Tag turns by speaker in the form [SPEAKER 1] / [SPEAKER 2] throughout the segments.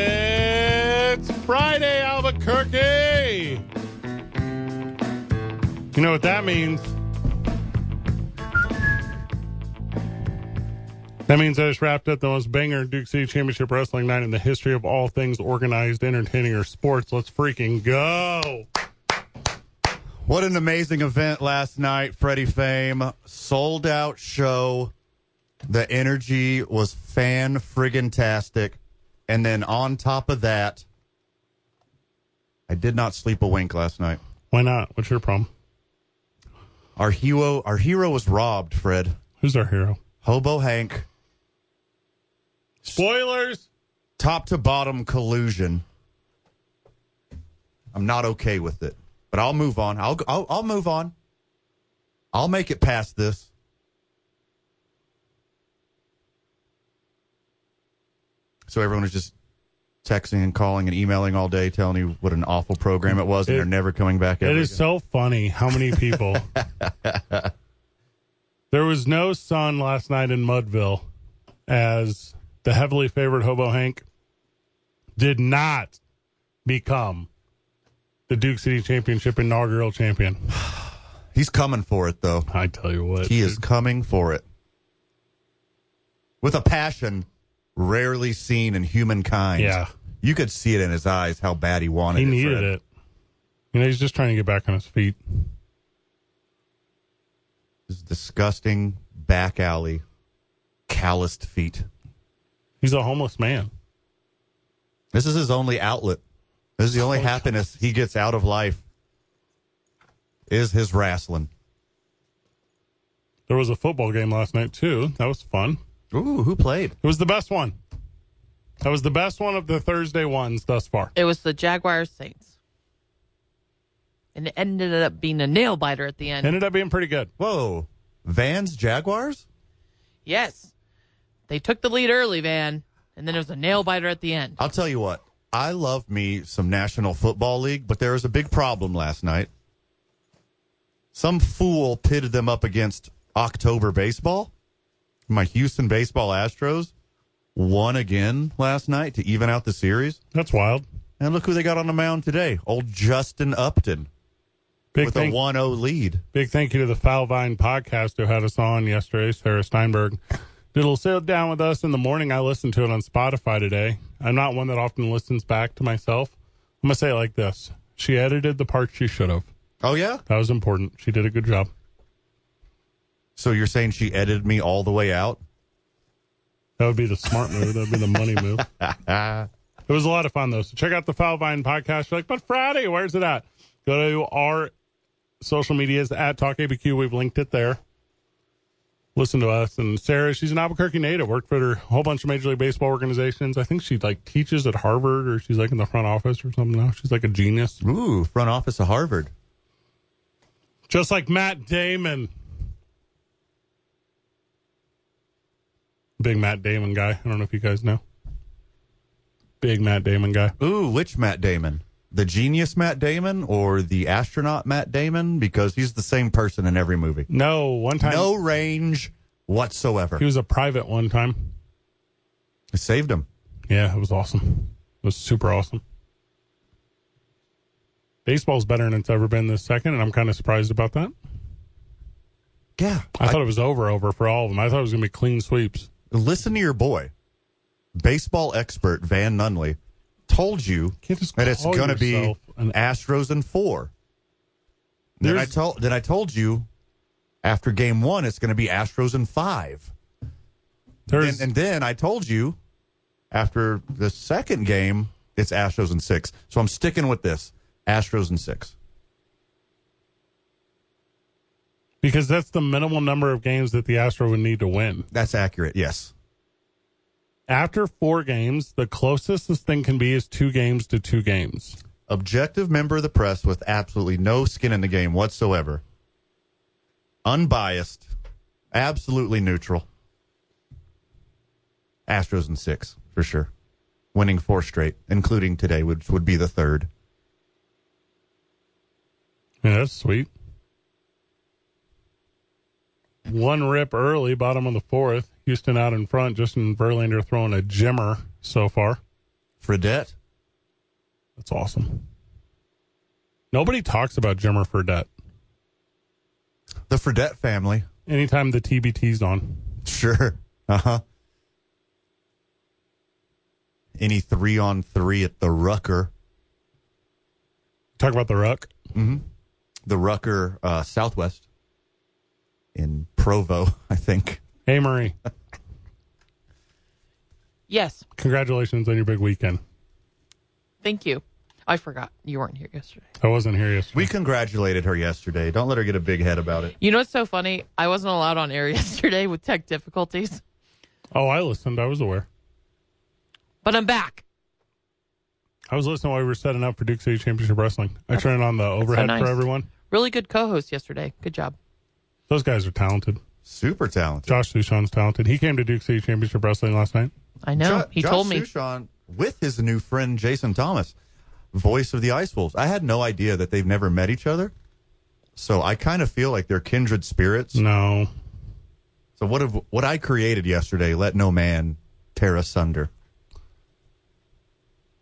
[SPEAKER 1] It's Friday, Albuquerque. You know what that means? That means I just wrapped up the most banger Duke City Championship Wrestling night in the history of all things organized, entertaining, or sports. Let's freaking go.
[SPEAKER 2] What an amazing event last night, Freddie Fame. Sold out show. The energy was fan friggin' tastic. And then on top of that, I did not sleep a wink last night.
[SPEAKER 1] Why not? What's your problem?
[SPEAKER 2] Our hero our hero was robbed, Fred.
[SPEAKER 1] Who's our hero?
[SPEAKER 2] Hobo Hank,
[SPEAKER 1] Spoilers.
[SPEAKER 2] top to bottom collusion. I'm not okay with it. But I'll move on. I'll I'll, I'll move on. I'll make it past this. So everyone was just texting and calling and emailing all day, telling you what an awful program it was, and
[SPEAKER 1] It-
[SPEAKER 2] they're never coming back.
[SPEAKER 1] It
[SPEAKER 2] ever
[SPEAKER 1] is
[SPEAKER 2] again.
[SPEAKER 1] so funny how many people. there was no sun last night in Mudville as the heavily favored Hobo Hank did not become the Duke City Championship inaugural champion.
[SPEAKER 2] He's coming for it, though.
[SPEAKER 1] I tell you what.
[SPEAKER 2] He is coming for it with a passion rarely seen in humankind.
[SPEAKER 1] Yeah.
[SPEAKER 2] you could see it in his eyes how bad he wanted.
[SPEAKER 1] He
[SPEAKER 2] it,
[SPEAKER 1] needed
[SPEAKER 2] Fred.
[SPEAKER 1] it. You know, he's just trying to get back on his feet.
[SPEAKER 2] His disgusting back alley, calloused feet.
[SPEAKER 1] He's a homeless man.
[SPEAKER 2] This is his only outlet. This is the
[SPEAKER 1] Oh,
[SPEAKER 2] only happiness he gets out of life. Is his wrestling?
[SPEAKER 1] There was a football game last night, too. That was fun.
[SPEAKER 2] Ooh, who played?
[SPEAKER 1] It was the best one. That was the best one of the Thursday ones thus far.
[SPEAKER 3] It was the Jaguars Saints. And it ended up being a nail biter at the end.
[SPEAKER 1] Ended up being pretty good.
[SPEAKER 2] Whoa, Vans Jaguars.
[SPEAKER 3] yes. They took the lead early, Van. And then it was a nail biter at the end.
[SPEAKER 2] I'll tell you what. I love me some National Football League, but there was a big problem last night. Some fool pitted them up against October baseball. My Houston baseball Astros won again last night to even out the series.
[SPEAKER 1] That's wild.
[SPEAKER 2] And look who they got on the mound today. Old Justin Upton
[SPEAKER 1] Big
[SPEAKER 2] with
[SPEAKER 1] thank,
[SPEAKER 2] a 1 0 lead.
[SPEAKER 1] big thank you to the Foul Vine podcast who had us on yesterday, Sarah Steinberg. Did a little sit down with us in the morning. I listened to it on Spotify today. I'm not one that often listens back to myself. I'm going to say it like this She edited the parts she should have.
[SPEAKER 2] Oh, yeah?
[SPEAKER 1] That was important. She did a good job.
[SPEAKER 2] So you're saying she edited me all the way out?
[SPEAKER 1] That would be the smart move. That would be the money move. it was a lot of fun, though. So check out the Foul Vine podcast. You're like, but Friday, where's it at? Go to our social medias at TalkABQ. We've linked it there. Listen to us. And Sarah, she's an Albuquerque native, worked for a whole bunch of Major League Baseball organizations. I think she like teaches at Harvard or she's like in the front office or something now. She's like a genius.
[SPEAKER 2] Ooh, front office of Harvard.
[SPEAKER 1] Just like Matt Damon. Big Matt Damon guy. I don't know if you guys know. Big Matt Damon guy.
[SPEAKER 2] Ooh, which Matt Damon? The genius Matt Damon or the astronaut Matt Damon? Because he's the same person in every movie.
[SPEAKER 1] No, one time
[SPEAKER 2] No range whatsoever.
[SPEAKER 1] he was a private one time.
[SPEAKER 2] I saved him.
[SPEAKER 1] Yeah, it was awesome. It was super awesome. Baseball's better than it's ever been this second, and I'm kind of surprised about that.
[SPEAKER 2] Yeah.
[SPEAKER 1] I, thought it was over over for all of them. I thought it was going to be clean sweeps.
[SPEAKER 2] Listen to your boy, baseball expert Van Nunley, told you
[SPEAKER 1] Can't just
[SPEAKER 2] that it's
[SPEAKER 1] call
[SPEAKER 2] going to be
[SPEAKER 1] yourself an-
[SPEAKER 2] Astros in four. Then I
[SPEAKER 1] There's-
[SPEAKER 2] told then I told you after game one it's going to be Astros in five.
[SPEAKER 1] There's
[SPEAKER 2] And, and then I told you after the second game, it's Astros and six. So I'm sticking with this Astros and six.
[SPEAKER 1] because that's the minimal number of games that the Astros would need to win.
[SPEAKER 2] That's accurate. Yes.
[SPEAKER 1] After four games, the closest this thing can be is two games to two games.
[SPEAKER 2] Objective member of the press with absolutely no skin in the game whatsoever. Unbiased. Absolutely neutral. Astros in six, for sure. Winning four straight, including today, which would be the third.
[SPEAKER 1] Yeah, that's sweet. One rip early, bottom of the fourth. Houston out in front. Justin Verlander throwing a jimmer so far.
[SPEAKER 2] Fredette.
[SPEAKER 1] That's awesome. Nobody talks about Jimmer Fredette
[SPEAKER 2] The Fredette family.
[SPEAKER 1] anytime the TBT's on.
[SPEAKER 2] Sure. Uh huh. Any three on three at the Rucker.
[SPEAKER 1] Talk about the ruck.
[SPEAKER 2] the Rucker uh, Southwest in Provo, I think.
[SPEAKER 1] Hey, Marie,
[SPEAKER 3] Yes.
[SPEAKER 1] congratulations on your big weekend.
[SPEAKER 3] Thank you. I forgot you weren't here yesterday.
[SPEAKER 1] I wasn't here yesterday.
[SPEAKER 2] We congratulated her yesterday. Don't let her get a big head about it.
[SPEAKER 3] You know what's so funny? I wasn't allowed on air yesterday with tech difficulties,
[SPEAKER 1] Oh, I listened. I was aware.
[SPEAKER 3] but I'm back.
[SPEAKER 1] I was listening while we were setting up for Duke City Championship Wrestling. I turned on the overhead
[SPEAKER 3] nice.
[SPEAKER 1] for everyone.
[SPEAKER 3] Really good co-host yesterday. Good job.
[SPEAKER 1] Those guys are talented.
[SPEAKER 2] Super talented.
[SPEAKER 1] Josh Sushan's talented. He came to Duke City Championship Wrestling last night.
[SPEAKER 3] I know.
[SPEAKER 2] Jo-
[SPEAKER 3] he
[SPEAKER 2] Josh
[SPEAKER 3] told me.
[SPEAKER 2] Sushan with his new friend Jason Thomas, voice of the Ice Wolves. I had no idea that they've never met each other. So I kind of feel like they're kindred spirits.
[SPEAKER 1] No.
[SPEAKER 2] So what have what I created yesterday, let no man tear asunder.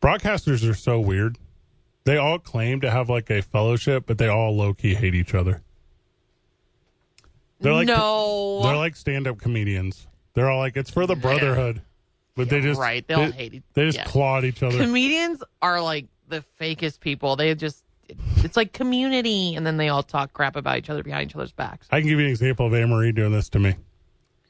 [SPEAKER 1] Broadcasters are so weird. They all claim to have like a fellowship, but they all low key hate each other. They're like
[SPEAKER 3] no.
[SPEAKER 1] they're like stand up comedians. They're all like it's for the brotherhood, but they just
[SPEAKER 3] right. They
[SPEAKER 1] they,
[SPEAKER 3] all hate each-
[SPEAKER 1] They just
[SPEAKER 3] yeah.
[SPEAKER 1] claw at each other.
[SPEAKER 3] Comedians are like the fakest people. They just it's like community and then they all talk crap about each other behind each other's backs.
[SPEAKER 1] I can give you an example of Amory doing this to me.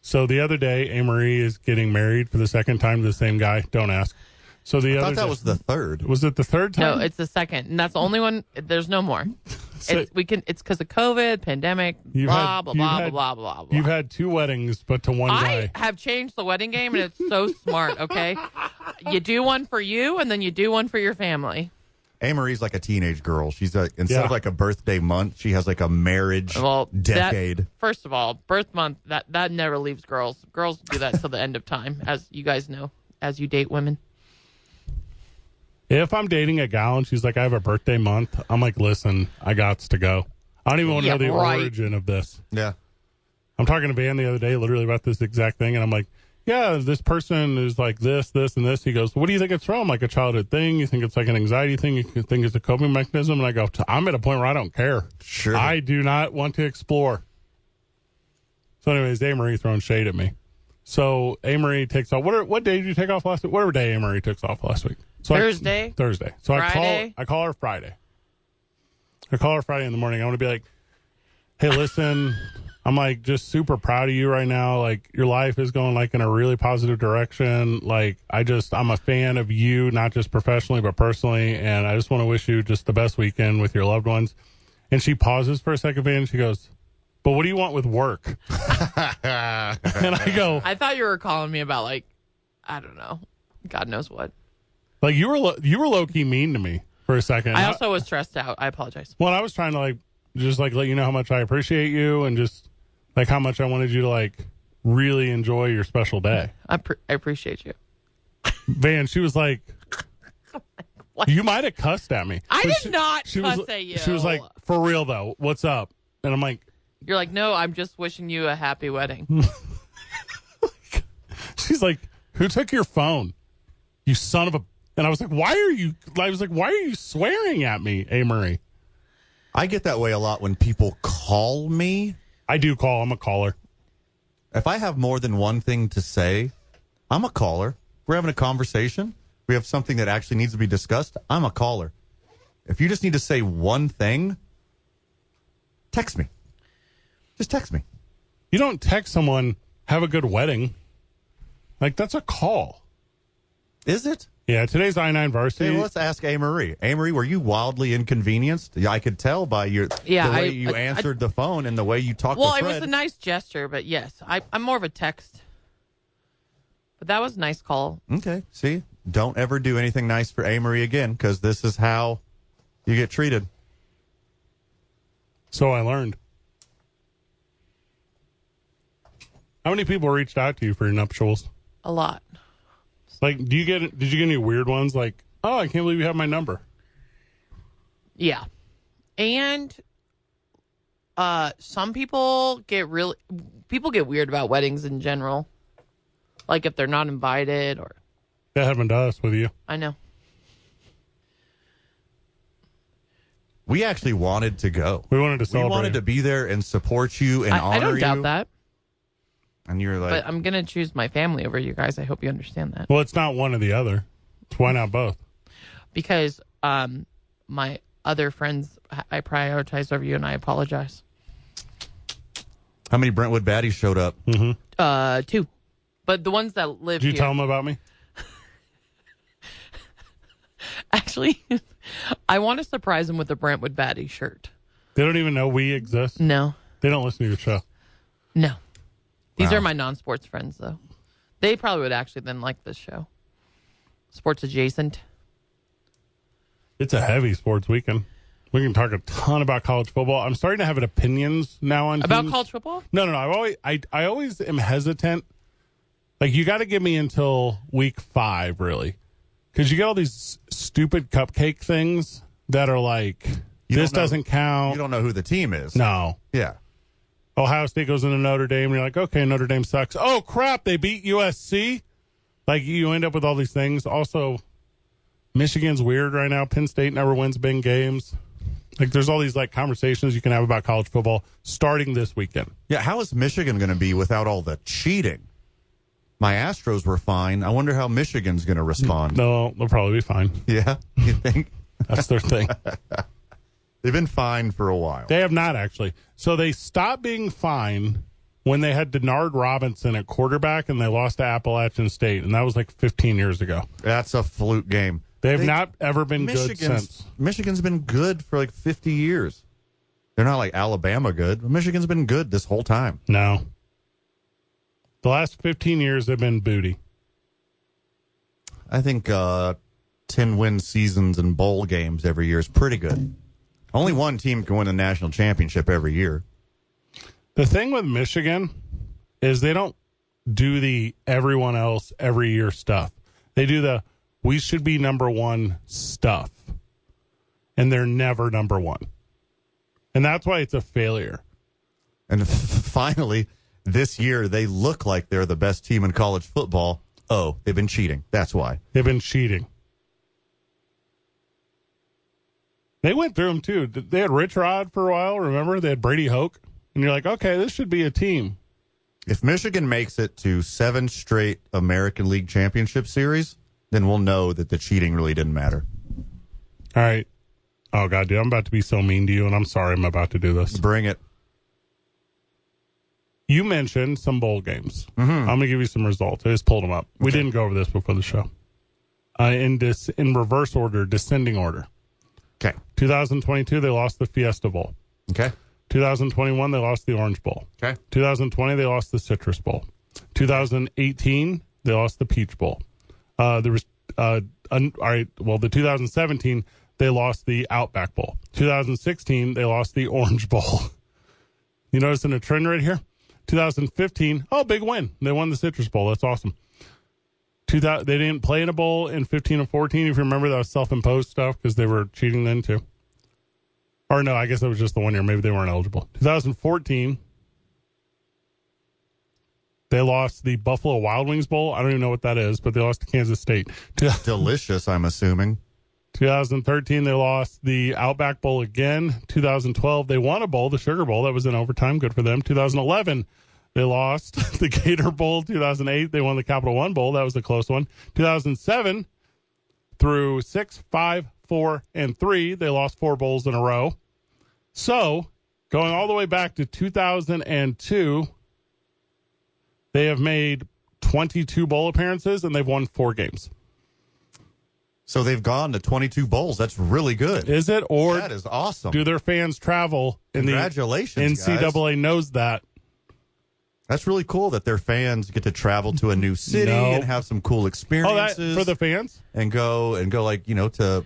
[SPEAKER 1] So the other day, Amory is getting married for the second time to the same guy. Don't ask. So
[SPEAKER 2] I
[SPEAKER 1] the other
[SPEAKER 2] thought that
[SPEAKER 1] day-
[SPEAKER 2] was the third.
[SPEAKER 1] was it the third time?
[SPEAKER 3] No, it's the second. And that's the only one there's no more.
[SPEAKER 1] So-
[SPEAKER 3] it's we can it's cuz of COVID, pandemic,
[SPEAKER 1] You've
[SPEAKER 3] blah,
[SPEAKER 1] had-
[SPEAKER 3] blah,
[SPEAKER 1] you've
[SPEAKER 3] blah,
[SPEAKER 1] had-
[SPEAKER 3] blah, blah, blah, blah.
[SPEAKER 1] You've had two weddings, but to one
[SPEAKER 3] I
[SPEAKER 1] guy.
[SPEAKER 3] have changed the wedding game and it's so smart, okay? You do one for you and then you do one for your family.
[SPEAKER 2] Amory's like a teenage girl. She's a instead of
[SPEAKER 1] Yeah.
[SPEAKER 2] like a birthday month, she has like a marriage
[SPEAKER 3] Well, that-
[SPEAKER 2] decade.
[SPEAKER 3] first of all, birth month that that never leaves girls. Girls do that till the end of time, as you guys know, as you date women.
[SPEAKER 1] If I'm dating a gal and she's like, I have a birthday month, I'm like, listen, I got to go. I don't even want to
[SPEAKER 3] Yeah,
[SPEAKER 1] know the
[SPEAKER 3] right.
[SPEAKER 1] origin of this.
[SPEAKER 2] yeah.
[SPEAKER 1] I'm talking to Van the other day, literally about this exact thing, and I'm like, yeah, this person is like this, this, and this. He goes, what do you think it's from? Like a childhood thing? You think it's like an anxiety thing? You think it's a coping mechanism? And I go, I'm at a point where I don't care.
[SPEAKER 2] Sure.
[SPEAKER 1] I do not want to explore. So, anyways, Amory throwing shade at me. So Amory takes off. What are, what day did you take off last week? Whatever day Amory took off last week. So I-
[SPEAKER 3] Thursday?
[SPEAKER 1] Thursday. So
[SPEAKER 3] Friday?
[SPEAKER 1] I call I call her Friday. I call her Friday in the morning. I want to be like, hey, listen, I'm like just super proud of you right now. Like your life is going like in a really positive direction. Like I just I'm a fan of you, not just professionally but personally, and I just want to wish you just the best weekend with your loved ones. And she pauses for a second, Van, and she goes, "But what do you want with work?" and I go,
[SPEAKER 3] I thought you were calling me about like, I don't know, God knows what.
[SPEAKER 1] "Like you were lo- you were low key mean to me for a second.
[SPEAKER 3] I also was stressed out. I apologize.
[SPEAKER 1] Well, I was trying to like just like let you know how much I appreciate you and just like how much I wanted you to like really enjoy your special day.
[SPEAKER 3] I, pre- I appreciate you.
[SPEAKER 1] Van, she was like,
[SPEAKER 3] What?
[SPEAKER 1] "You might have cussed at me."
[SPEAKER 3] I
[SPEAKER 1] But
[SPEAKER 3] did not cuss
[SPEAKER 1] was,
[SPEAKER 3] at you.
[SPEAKER 1] She was like, "For real though, what's up?" And I'm like,
[SPEAKER 3] You're like, no, I'm just wishing you a happy wedding.
[SPEAKER 1] "She's like, who took your phone? You son of a." And I was like, "Why are you?" I was like, "Why are you swearing at me, A. Murray?"
[SPEAKER 2] I get that way a lot when people call me.
[SPEAKER 1] I do call. I'm a caller.
[SPEAKER 2] If I have more than one thing to say, I'm a caller. We're having a conversation. We have something that actually needs to be discussed. I'm a caller. If you just need to say one thing, text me. Just text me.
[SPEAKER 1] You don't text someone, "Have a good wedding." Like that's a call.
[SPEAKER 2] Is it?
[SPEAKER 1] Yeah, today's I nine varsity.
[SPEAKER 2] Hey, well, let's ask A. Marie. A. Marie, were you wildly inconvenienced? Yeah, I could tell by your
[SPEAKER 3] Yeah,
[SPEAKER 2] the way
[SPEAKER 3] I-
[SPEAKER 2] you
[SPEAKER 3] I-
[SPEAKER 2] answered the phone and the way you talked
[SPEAKER 3] Well,
[SPEAKER 2] to
[SPEAKER 3] it
[SPEAKER 2] Fred.
[SPEAKER 3] was a nice gesture, but yes, I, I'm more of a text. But that was a nice call.
[SPEAKER 2] okay, see, don't ever do anything nice for A. Marie again because this is how you get treated.
[SPEAKER 1] So I learned. How many people reached out to you for your nuptials?
[SPEAKER 3] A lot.
[SPEAKER 1] Like, do you get? Did you get any weird ones? Like, oh, I can't believe you have my number.
[SPEAKER 3] Yeah. And uh some people get real people get weird about weddings in general. Like if they're not invited or
[SPEAKER 1] That happened to us with you.
[SPEAKER 3] I know.
[SPEAKER 2] We actually wanted to go.
[SPEAKER 1] We wanted to
[SPEAKER 2] We
[SPEAKER 1] celebrate.
[SPEAKER 2] wanted to be there and support you and honor
[SPEAKER 3] I, I don't doubt
[SPEAKER 2] you.
[SPEAKER 3] that,
[SPEAKER 2] And you're like,
[SPEAKER 3] but I'm gonna choose my family over you guys. I hope you understand that.
[SPEAKER 1] Well, it's not one or the other. It's why not both?
[SPEAKER 3] Because um my other friends I- I prioritized over you and I apologize.
[SPEAKER 2] how many Brentwood baddies showed up?
[SPEAKER 1] Mm-hmm.
[SPEAKER 3] Uh two. But the ones that live
[SPEAKER 1] Did you
[SPEAKER 3] here
[SPEAKER 1] tell them about me?
[SPEAKER 3] actually I want to surprise them with a Brentwood Batty shirt.
[SPEAKER 1] They don't even know we exist.
[SPEAKER 3] No.
[SPEAKER 1] They don't listen to your show.
[SPEAKER 3] No. These
[SPEAKER 2] Wow.
[SPEAKER 3] are my non sports friends, though. They probably would actually then like this show. Sports adjacent.
[SPEAKER 1] It's a heavy sports weekend. We can talk a ton about college football. I'm starting to have an opinions now on
[SPEAKER 3] About
[SPEAKER 1] teams.
[SPEAKER 3] college football?
[SPEAKER 1] No, no, no. I always, I, I always am hesitant. Like you got to give me until week five, really, because you get all these stupid cupcake things that are like
[SPEAKER 2] You
[SPEAKER 1] this
[SPEAKER 2] don't know-
[SPEAKER 1] doesn't
[SPEAKER 2] You
[SPEAKER 1] count.
[SPEAKER 2] don't know who the team is.
[SPEAKER 1] No,
[SPEAKER 2] Yeah.
[SPEAKER 1] Ohio State goes into Notre Dame, and you're like, okay, Notre Dame sucks. Oh crap, they beat USC. Like you end up with all these things. Also, Michigan's weird right now. Penn State never wins big games. Like there's all these like conversations you can have about college football starting this weekend.
[SPEAKER 2] Yeah. How is Michigan going to be without all the cheating? My Astros were fine. I wonder how Michigan's going to respond.
[SPEAKER 1] No, they'll probably be fine.
[SPEAKER 2] Yeah. You think?
[SPEAKER 1] That's their thing.
[SPEAKER 2] They've been fine for a while.
[SPEAKER 1] They have not actually. So they stopped being fine when they had Denard Robinson at quarterback and they lost to Appalachian State, and that was like 15 years ago.
[SPEAKER 2] That's a fluke game.
[SPEAKER 1] They have
[SPEAKER 2] They-
[SPEAKER 1] not ever been good
[SPEAKER 2] Michigan's
[SPEAKER 1] since.
[SPEAKER 2] Michigan's been good for like 50 years. They're not like Alabama good. but Michigan's been good this whole time.
[SPEAKER 1] No. The last 15 years have been booty.
[SPEAKER 2] I think uh, 10 win seasons and bowl games every year is pretty good. Only one team can win the national championship every year.
[SPEAKER 1] The thing with Michigan is they don't do the everyone else every year stuff. They do the we should be number one stuff. And they're never number one. And that's why it's a failure.
[SPEAKER 2] And finally, this year, they look like they're the best team in college football. Oh, they've been cheating. That's why.
[SPEAKER 1] They've been cheating. They went through them too. They had Rich Rod for a while. Remember, they had Brady Hoke, and you're like, okay, this should be a team.
[SPEAKER 2] If Michigan makes it to seven straight American League Championship Series, then we'll know that the cheating really didn't matter.
[SPEAKER 1] All right. Oh god, dude, I'm about to be so mean to you, and I'm sorry I'm about to do this.
[SPEAKER 2] Bring it.
[SPEAKER 1] You mentioned some bowl games. I'm gonna give you some results. I just pulled them up. We didn't go over this before the show. Uh, in dis- in reverse order, descending order.
[SPEAKER 2] Okay.
[SPEAKER 1] 2022, they lost the Fiesta Bowl.
[SPEAKER 2] Okay.
[SPEAKER 1] 2021, they lost the Orange Bowl.
[SPEAKER 2] Okay.
[SPEAKER 1] 2020, they lost the Citrus Bowl. 2018, they lost the Peach Bowl. Uh, there was, uh, un, all right, well, the 2017, they lost the Outback Bowl. 2016, they lost the Orange Bowl. you noticing a trend right here? 2015, oh, big win. They won the Citrus Bowl. That's awesome. 2000, they didn't play in a bowl in 15 and 14. If you remember, that was self imposed stuff because they were cheating then too. Or no, I guess that was just the one year. Maybe they weren't eligible. 2014, they lost the Buffalo Wild Wings Bowl. I don't even know what that is, but they lost to Kansas State. Two-
[SPEAKER 2] Delicious, I'm assuming.
[SPEAKER 1] 2013, they lost the Outback Bowl again. 2012, they won a bowl, the Sugar Bowl. That was in overtime. Good for them. 2011, they lost the Gator Bowl. 2008, they won the Capital One Bowl. That was a close one. 2007 through six, five, four, and three, they lost four bowls in a row. So going all the way back to 2002, they have made 22 bowl appearances and they've won four games.
[SPEAKER 2] So they've gone to 22 bowls. That's really good.
[SPEAKER 1] Is it or
[SPEAKER 2] that is awesome.
[SPEAKER 1] do their fans travel? And the
[SPEAKER 2] Congratulations, guys.
[SPEAKER 1] NCAA knows that.
[SPEAKER 2] That's really cool that their fans get to travel to a new city
[SPEAKER 1] No.
[SPEAKER 2] and have some cool
[SPEAKER 1] Oh, that
[SPEAKER 2] experiences
[SPEAKER 1] for the fans?
[SPEAKER 2] and go and go like, you know, to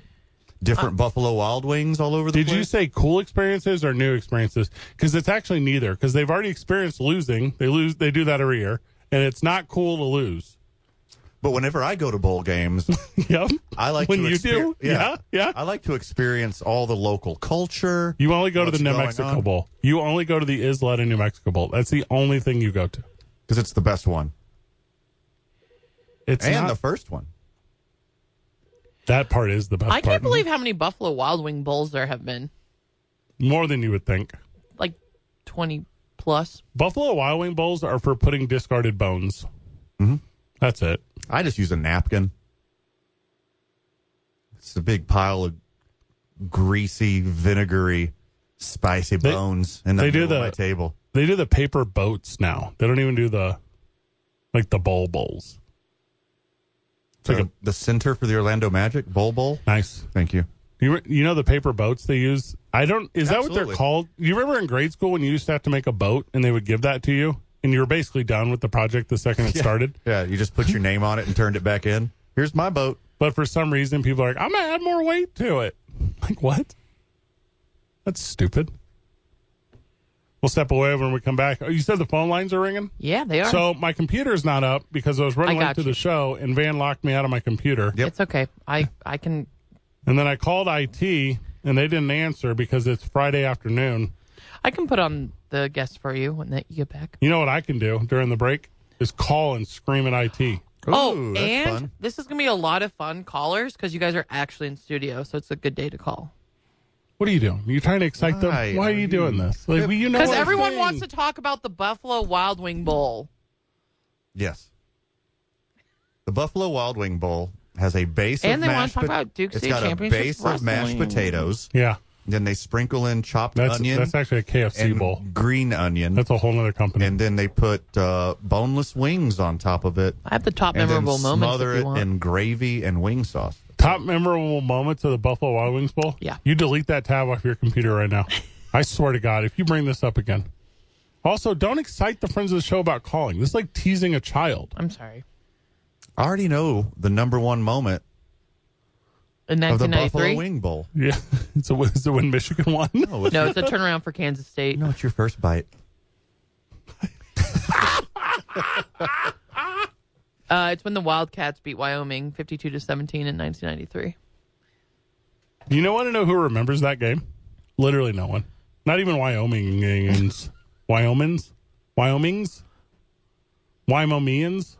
[SPEAKER 2] different Buffalo Wild Wings all over the
[SPEAKER 1] Uh, Did
[SPEAKER 2] place.
[SPEAKER 1] you say cool experiences or new experiences? Because it's actually neither. Because they've already experienced losing. They lose. They do that every year, and it's not cool to lose.
[SPEAKER 2] but whenever I go to bowl games,
[SPEAKER 1] Yep.
[SPEAKER 2] I like
[SPEAKER 1] when
[SPEAKER 2] to
[SPEAKER 1] you do.
[SPEAKER 2] exper-
[SPEAKER 1] Yeah, yeah.
[SPEAKER 2] I like to experience all the local culture.
[SPEAKER 1] You only go to
[SPEAKER 2] What's
[SPEAKER 1] the New
[SPEAKER 2] going
[SPEAKER 1] Mexico
[SPEAKER 2] on?
[SPEAKER 1] Bowl. You only go to the Isleta New Mexico Bowl. That's the only thing you go to.
[SPEAKER 2] because it's the best one
[SPEAKER 1] It's
[SPEAKER 2] and
[SPEAKER 1] not,
[SPEAKER 2] the first one.
[SPEAKER 1] that part is the best.
[SPEAKER 3] I
[SPEAKER 1] part.
[SPEAKER 3] can't believe how many Buffalo Wild Wing bowls there have been.
[SPEAKER 1] more than you would think.
[SPEAKER 3] Like 20 plus.
[SPEAKER 1] Buffalo Wild Wing bowls are for putting discarded bones.
[SPEAKER 2] Mm-hmm.
[SPEAKER 1] That's it.
[SPEAKER 2] I just use a napkin. It's a big pile of greasy, vinegary, spicy bones in the
[SPEAKER 1] they do
[SPEAKER 2] middle of
[SPEAKER 1] the-
[SPEAKER 2] my table.
[SPEAKER 1] They do the paper boats now. They don't even do the like the bowl bowls.
[SPEAKER 2] So
[SPEAKER 1] like a-
[SPEAKER 2] the center for the Orlando Magic bowl bowl.
[SPEAKER 1] Nice.
[SPEAKER 2] Thank you.
[SPEAKER 1] You re- you know the paper boats they use. I don't. Is that what they're
[SPEAKER 2] Absolutely.
[SPEAKER 1] called? You remember in grade school when you used to have to make a boat and they would give that to you, and you were basically done with the project the second it started.
[SPEAKER 2] Yeah, you just put your name on it and turned it back in. Here's my boat.
[SPEAKER 1] But for some reason, people are like, "I'm gonna add more weight to it." Like what? That's stupid. We'll step away when we come back. Oh, you said the phone lines are ringing.
[SPEAKER 3] Yeah, they are.
[SPEAKER 1] So my computer's not up because I was running
[SPEAKER 3] I
[SPEAKER 1] late
[SPEAKER 3] got
[SPEAKER 1] to the
[SPEAKER 3] you.
[SPEAKER 1] show and Van locked me out of my computer.
[SPEAKER 2] Yep.
[SPEAKER 3] It's okay. I, I can.
[SPEAKER 1] And then I called IT and they didn't answer because it's Friday afternoon.
[SPEAKER 3] I can put on the guest for you when that you get back.
[SPEAKER 1] You know what I can do during the break is call and scream at IT.
[SPEAKER 3] oh,
[SPEAKER 2] Ooh, that's
[SPEAKER 3] and
[SPEAKER 2] fun.
[SPEAKER 3] this is gonna be a lot of fun callers because you guys are actually in studio, so it's a good day to call.
[SPEAKER 1] What are you doing? Are you trying to excite
[SPEAKER 2] Why
[SPEAKER 1] them? Why are
[SPEAKER 2] are
[SPEAKER 1] you
[SPEAKER 2] you-
[SPEAKER 1] doing this? Like, well, you know,
[SPEAKER 3] Because
[SPEAKER 1] what I'm
[SPEAKER 3] everyone
[SPEAKER 1] saying.
[SPEAKER 3] wants to talk about the Buffalo Wild Wing Bowl.
[SPEAKER 2] Yes. The Buffalo Wild Wing Bowl has a base
[SPEAKER 3] And
[SPEAKER 2] of
[SPEAKER 3] they wanna
[SPEAKER 2] mashed
[SPEAKER 3] talk
[SPEAKER 2] pot-
[SPEAKER 3] about Duke
[SPEAKER 2] It's
[SPEAKER 3] City
[SPEAKER 2] got a
[SPEAKER 3] Championship
[SPEAKER 2] base of mashed
[SPEAKER 3] Wrestling.
[SPEAKER 2] potatoes.
[SPEAKER 1] Yeah,
[SPEAKER 2] Then they sprinkle in chopped
[SPEAKER 1] that's
[SPEAKER 2] onion
[SPEAKER 1] that's actually a KFC
[SPEAKER 2] and
[SPEAKER 1] bowl.
[SPEAKER 2] green onion,
[SPEAKER 1] That's a whole other company.
[SPEAKER 2] and then they put uh, boneless wings on top of it,
[SPEAKER 3] I have the top
[SPEAKER 2] and then
[SPEAKER 3] memorable moments
[SPEAKER 2] smother
[SPEAKER 3] if
[SPEAKER 2] it
[SPEAKER 3] you want.
[SPEAKER 2] in gravy and wing sauce.
[SPEAKER 1] Top memorable moments of the Buffalo Wild Wings Bowl.
[SPEAKER 3] Yeah.
[SPEAKER 1] you delete that tab off your computer right now. I swear to God, if you bring this up again. Also, don't excite the friends of the show about calling. This is like teasing a child.
[SPEAKER 3] I'm sorry.
[SPEAKER 2] I already know the number one moment
[SPEAKER 3] In
[SPEAKER 2] of the Buffalo
[SPEAKER 3] 1993.
[SPEAKER 2] Wing Bowl.
[SPEAKER 1] Yeah, it's a it's a win Michigan one.
[SPEAKER 2] No, it's,
[SPEAKER 3] No, it's a turnaround for Kansas State.
[SPEAKER 2] no, it's your first bite.
[SPEAKER 3] Uh, it's when the Wildcats beat Wyoming 52 to 17 in 1993.
[SPEAKER 1] You know, want to know who remembers that game? Literally no one. Not even Wyomingans. Wyomings? Wyomings? Wyomingians?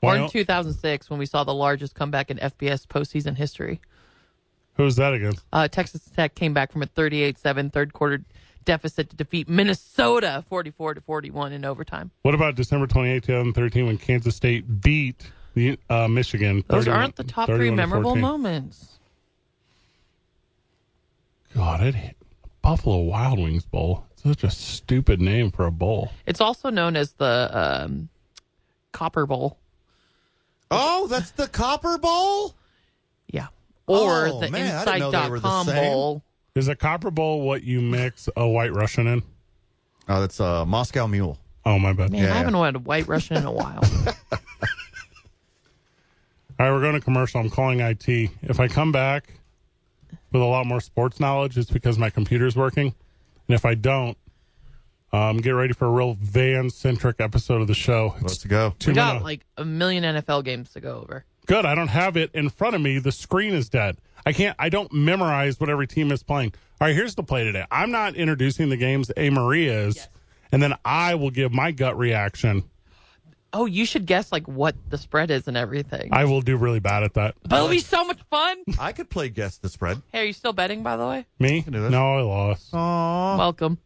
[SPEAKER 3] Or in
[SPEAKER 1] Wyo-
[SPEAKER 3] 2006 when we saw the largest comeback in FBS postseason history.
[SPEAKER 1] Who's that against?
[SPEAKER 3] Uh, Texas Tech came back from a 38-7 third quarter deficit to defeat Minnesota 44 to 41 in overtime.
[SPEAKER 1] What about December twenty eighth, 2013, when Kansas State beat the, uh, Michigan?
[SPEAKER 3] Those
[SPEAKER 1] 31
[SPEAKER 3] aren't the top three
[SPEAKER 1] 31 to
[SPEAKER 3] memorable
[SPEAKER 1] 14.
[SPEAKER 3] moments.
[SPEAKER 1] God, it hit Buffalo Wild Wings Bowl. Such a stupid name for a bowl.
[SPEAKER 3] It's also known as the um, Copper Bowl.
[SPEAKER 2] Oh, that's the Copper Bowl.
[SPEAKER 3] Yeah. Or
[SPEAKER 2] Oh,
[SPEAKER 3] the
[SPEAKER 2] man, I didn't know they were the
[SPEAKER 3] Insight.com
[SPEAKER 2] same.
[SPEAKER 3] Bowl.
[SPEAKER 1] Is a Copper Bowl what you mix a White Russian in?
[SPEAKER 2] Oh, that's uh, Moscow Mule.
[SPEAKER 1] Oh, my bad.
[SPEAKER 3] Man,
[SPEAKER 2] Yeah.
[SPEAKER 3] I haven't had a white Russian in a while.
[SPEAKER 1] All right, we're going to commercial. I'm calling IT. If I come back with a lot more sports knowledge, it's because my computer's working. And if I don't, um, get ready for a real van centric episode of the show. It's
[SPEAKER 2] Let's go.
[SPEAKER 1] two
[SPEAKER 3] we got
[SPEAKER 1] minute-
[SPEAKER 3] like a million NFL games to go over.
[SPEAKER 1] Good. I don't have it in front of me. The screen is dead. I can't, I don't memorize what every team is playing. All right, here's the play today. I'm not introducing the games A. Maria is, and then I will give my gut reaction.
[SPEAKER 3] Oh, you should guess like what the spread is and everything.
[SPEAKER 1] I will do really bad at that.
[SPEAKER 3] But it'll be so much fun.
[SPEAKER 2] I could play guess the spread.
[SPEAKER 3] Hey, are you still betting, by the way?
[SPEAKER 1] Me?
[SPEAKER 2] can do this.
[SPEAKER 1] No, I lost.
[SPEAKER 3] Welcome.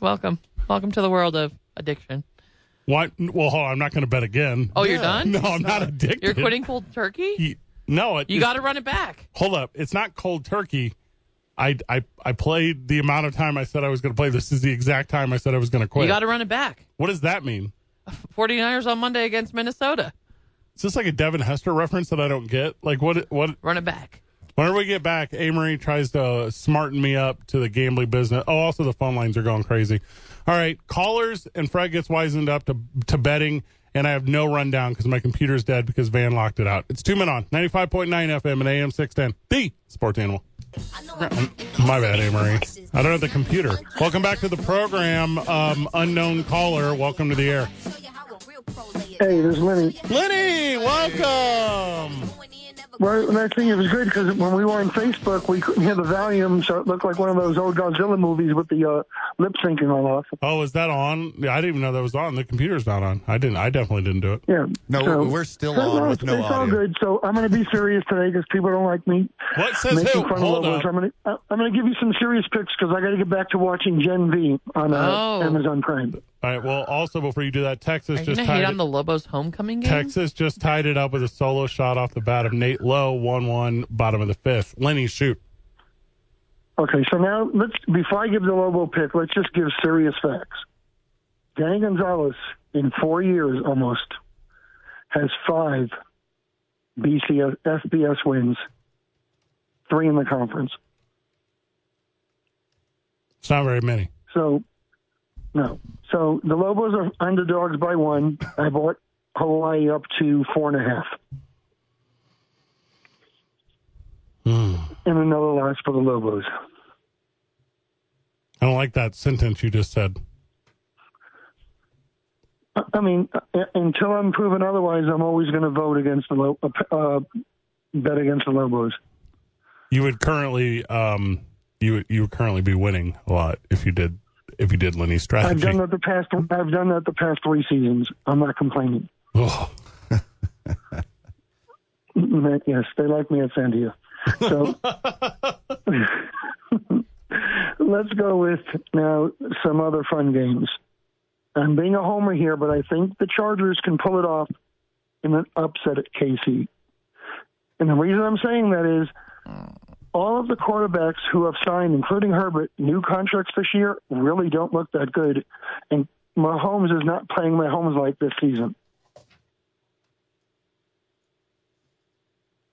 [SPEAKER 3] Welcome. Welcome to the world of addiction.
[SPEAKER 1] What? Well, hold on. I'm not going to bet again.
[SPEAKER 3] Oh, you're done?
[SPEAKER 1] No, I'm not addicted.
[SPEAKER 3] You're quitting cold turkey?
[SPEAKER 1] You- No, it,
[SPEAKER 3] You got to run it back.
[SPEAKER 1] hold up. It's not cold turkey. I, I I played the amount of time I said I was going to play. This is the exact time I said I was going to quit.
[SPEAKER 3] You got to run it back.
[SPEAKER 1] what does that mean?
[SPEAKER 3] 49ers on Monday against Minnesota.
[SPEAKER 1] Is this like a Devin Hester reference that I don't get? Like what? What?
[SPEAKER 3] Run it back.
[SPEAKER 1] Whenever we get back, Amory tries to smarten me up to the gambling business. Oh, also the phone lines are going crazy. All right, callers and Fred gets wizened up to to betting, and I have no rundown because my computer's dead because Van locked it out. It's two men on ninety five point nine FM and AM six ten. The sports animal. My bad, Amory. I don't have the computer. Welcome back to the program, um, unknown caller. Welcome to the air,
[SPEAKER 4] Hey, this is Lenny.
[SPEAKER 1] Lenny. Welcome.
[SPEAKER 4] Well, the next thing it was good because when we were on Facebook, we couldn't hear the volume, so it looked like one of those old Godzilla movies with the uh, lip syncing on off.
[SPEAKER 1] Oh, is that on? Yeah, I didn't even know that was on. The computer's not on. I didn't. I definitely didn't do it.
[SPEAKER 4] Yeah.
[SPEAKER 2] No,
[SPEAKER 4] so-
[SPEAKER 2] we're still
[SPEAKER 4] So,
[SPEAKER 2] on with
[SPEAKER 4] it's,
[SPEAKER 2] no
[SPEAKER 4] it's all
[SPEAKER 2] audio.
[SPEAKER 4] good. So I'm going to be serious today because people don't like me
[SPEAKER 1] What says
[SPEAKER 4] making
[SPEAKER 1] who?
[SPEAKER 4] fun
[SPEAKER 1] Hold up.
[SPEAKER 4] of lobos. I'm going to I'm going to give you some serious picks because I got to get back to watching Gen V on uh,
[SPEAKER 3] Oh.
[SPEAKER 4] Amazon Prime.
[SPEAKER 1] All right. Well, also before you do that, Texas
[SPEAKER 3] Are you
[SPEAKER 1] just
[SPEAKER 3] gonna hate
[SPEAKER 1] tied
[SPEAKER 3] on
[SPEAKER 1] it,
[SPEAKER 3] the Lobos homecoming game?
[SPEAKER 1] Texas just tied it up with a solo shot off the bat of Nate Lowe, one one, bottom of the fifth. Lenny, shoot.
[SPEAKER 4] Okay, so now let's before I give the Lobo pick, let's just give serious facts. Danny Gonzalez, in four years almost, has five BCS FBS wins, three in the conference.
[SPEAKER 1] It's not very many.
[SPEAKER 4] So, no. So the Lobos are underdogs by one. I bought Hawaii up to four and a half. And another loss for the Lobos.
[SPEAKER 1] I don't like that sentence you just said.
[SPEAKER 4] I- I mean, uh, until I'm proven otherwise, I'm always going to vote against the Lo- uh, uh, bet against the Lobos.
[SPEAKER 1] You would currently, um, you would- you would currently be winning a lot if you did if you did Lenny's
[SPEAKER 4] I've
[SPEAKER 1] strategy.
[SPEAKER 4] done that the past. I've done that the past three seasons. I'm not complaining.
[SPEAKER 1] Ugh.
[SPEAKER 4] Mm, Yes, they like me at San Diego. So let's go with now some other fun games. I'm being a homer here, but I think the Chargers can pull it off in an upset at KC. And the reason I'm saying that is all of the quarterbacks who have signed, including Herbert, new contracts this year really don't look that good. And Mahomes is not playing Mahomes like this season.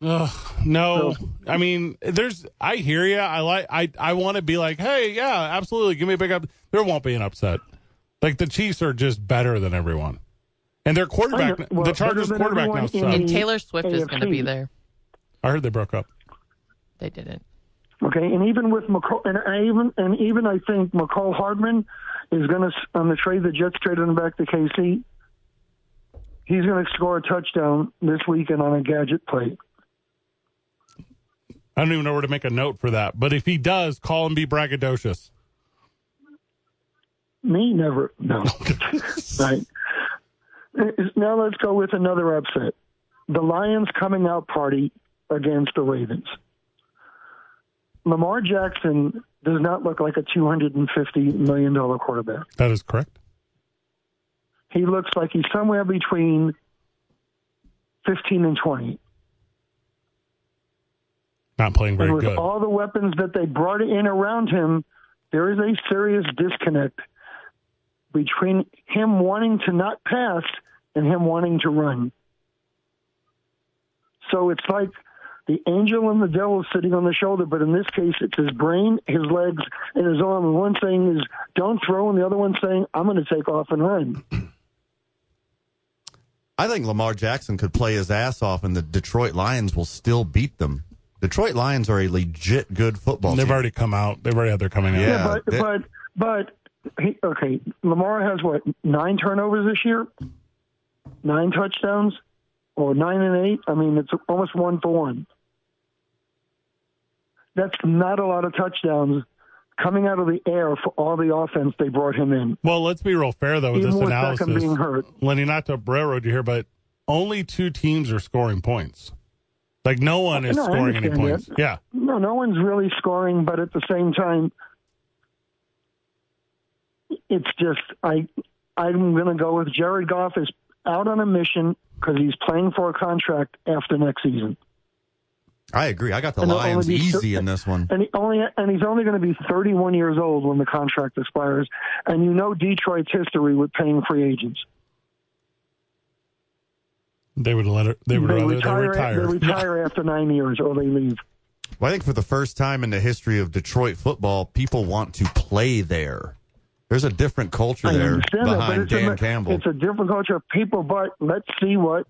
[SPEAKER 1] Ugh, no, I mean, there's. I hear you. I like. I I want to be like, hey, yeah, absolutely. Give me a big up. There won't be an upset. Like the Chiefs are just better than everyone, and their quarterback,
[SPEAKER 4] I know. Well,
[SPEAKER 1] the
[SPEAKER 4] better
[SPEAKER 1] Chargers
[SPEAKER 4] than
[SPEAKER 1] quarterback now
[SPEAKER 4] everyone in-
[SPEAKER 1] sucks.
[SPEAKER 3] and Taylor Swift is going to be
[SPEAKER 4] AFC.
[SPEAKER 3] there.
[SPEAKER 1] I heard they broke up.
[SPEAKER 3] They didn't.
[SPEAKER 4] Okay, and even with McCall, and I even and even I think McCall Hardman is going to on the trade the Jets traded him back to KC. He's going to score a touchdown this weekend on a gadget play.
[SPEAKER 1] I don't even know where to make a note for that. But if he does, call and be braggadocious.
[SPEAKER 4] Me never, no. right. Now let's go with another upset: the Lions coming out party against the Ravens. Lamar Jackson does not look like a two hundred and fifty million dollar quarterback.
[SPEAKER 1] That is correct.
[SPEAKER 4] he looks like he's somewhere between 15 and 20.
[SPEAKER 1] Not playing very
[SPEAKER 4] and with
[SPEAKER 1] good.
[SPEAKER 4] all the weapons that they brought in around him, there is a serious disconnect between him wanting to not pass and him wanting to run. So it's like the angel and the devil sitting on the shoulder, but in this case, it's his brain, his legs, and his arm. And one saying is, don't throw, and the other one's saying, I'm going to take off and run.
[SPEAKER 2] I think Lamar Jackson could play his ass off, and the Detroit Lions will still beat them. Detroit Lions are a legit good football
[SPEAKER 1] They've
[SPEAKER 2] team.
[SPEAKER 1] already come out. They've already had their coming out.
[SPEAKER 2] Yeah.
[SPEAKER 4] Yeah, but
[SPEAKER 2] that-
[SPEAKER 4] but but he, okay, Lamar has what nine turnovers this year, nine touchdowns, or nine and eight. I mean, it's almost one for one. That's not a lot of touchdowns coming out of the air for all the offense they brought him in.
[SPEAKER 1] Well, let's be real fair though with
[SPEAKER 4] Even
[SPEAKER 1] this
[SPEAKER 4] with
[SPEAKER 1] analysis.
[SPEAKER 4] Beckham being hurt,
[SPEAKER 1] Lenny, not to railroad you here, but only two teams are scoring points. Like no one is
[SPEAKER 4] No, I
[SPEAKER 1] scoring any
[SPEAKER 4] understand
[SPEAKER 1] points.
[SPEAKER 4] that.
[SPEAKER 1] Yeah.
[SPEAKER 4] no, no one's really scoring. But at the same time, it's just I I'm going to go with Jared Goff is out on a mission because he's playing for a contract after next season,
[SPEAKER 2] I agree. I got the
[SPEAKER 4] And they'll
[SPEAKER 2] Lions
[SPEAKER 4] only be
[SPEAKER 2] easy
[SPEAKER 4] cer-
[SPEAKER 2] in this one.
[SPEAKER 4] and he only and he's only going to be 31 years old when the contract expires, and you know Detroit's history with paying free agents.
[SPEAKER 1] They would let her. They would rather they retire.
[SPEAKER 4] They retire after nine years, or they leave.
[SPEAKER 2] Well, I think for the first time in the history of Detroit football, people want to play there. There's a different culture
[SPEAKER 4] I
[SPEAKER 2] there
[SPEAKER 4] understand that, but
[SPEAKER 2] behind
[SPEAKER 4] it's
[SPEAKER 2] Dan
[SPEAKER 4] a,
[SPEAKER 2] Campbell.
[SPEAKER 4] It's a different culture of people, but let's see what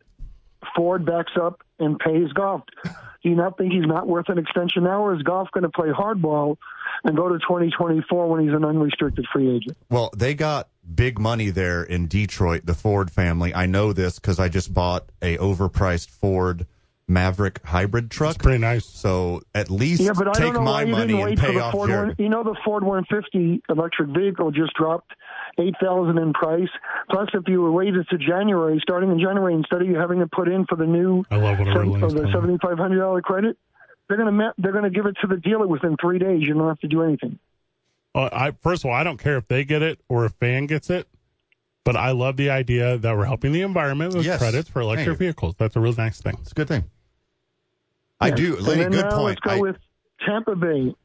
[SPEAKER 4] Ford backs up and pays Golf. Do you not think he's not worth an extension now, or is Golf going to play hardball and go to 2024 when he's an unrestricted free agent?
[SPEAKER 2] well, they got big money there in Detroit, the Ford family. I know this because I just bought a overpriced Ford Maverick hybrid truck.
[SPEAKER 1] Pretty nice.
[SPEAKER 2] So at least
[SPEAKER 4] Yeah, but I
[SPEAKER 2] take
[SPEAKER 4] don't know
[SPEAKER 2] my
[SPEAKER 4] why you
[SPEAKER 2] money
[SPEAKER 4] didn't
[SPEAKER 2] and
[SPEAKER 4] wait for
[SPEAKER 2] pay
[SPEAKER 4] the
[SPEAKER 2] off
[SPEAKER 4] Ford.
[SPEAKER 2] Jared.
[SPEAKER 4] One, you know, the Ford 150 electric vehicle just dropped eight thousand in price. Plus, if you waited to January, starting in January, instead of you having to put in for the new
[SPEAKER 1] I love what
[SPEAKER 4] seven-
[SPEAKER 1] everyone's
[SPEAKER 4] of the
[SPEAKER 1] telling.
[SPEAKER 4] seventy five hundred dollar credit, they're gonna ma- they're gonna give it to the dealer within three days. You don't have to do anything.
[SPEAKER 1] Uh, I first of all, I don't care if they get it or if Van gets it, but I love the idea that we're helping the environment with
[SPEAKER 2] Yes.
[SPEAKER 1] credits for electric
[SPEAKER 2] Hey.
[SPEAKER 1] vehicles. That's a real nice thing.
[SPEAKER 2] It's a good thing. I
[SPEAKER 4] Yeah.
[SPEAKER 2] do.
[SPEAKER 4] And
[SPEAKER 2] Lenny,
[SPEAKER 4] then
[SPEAKER 2] good
[SPEAKER 4] now
[SPEAKER 2] point.
[SPEAKER 4] Let's go
[SPEAKER 2] I-
[SPEAKER 4] with Tampa Bay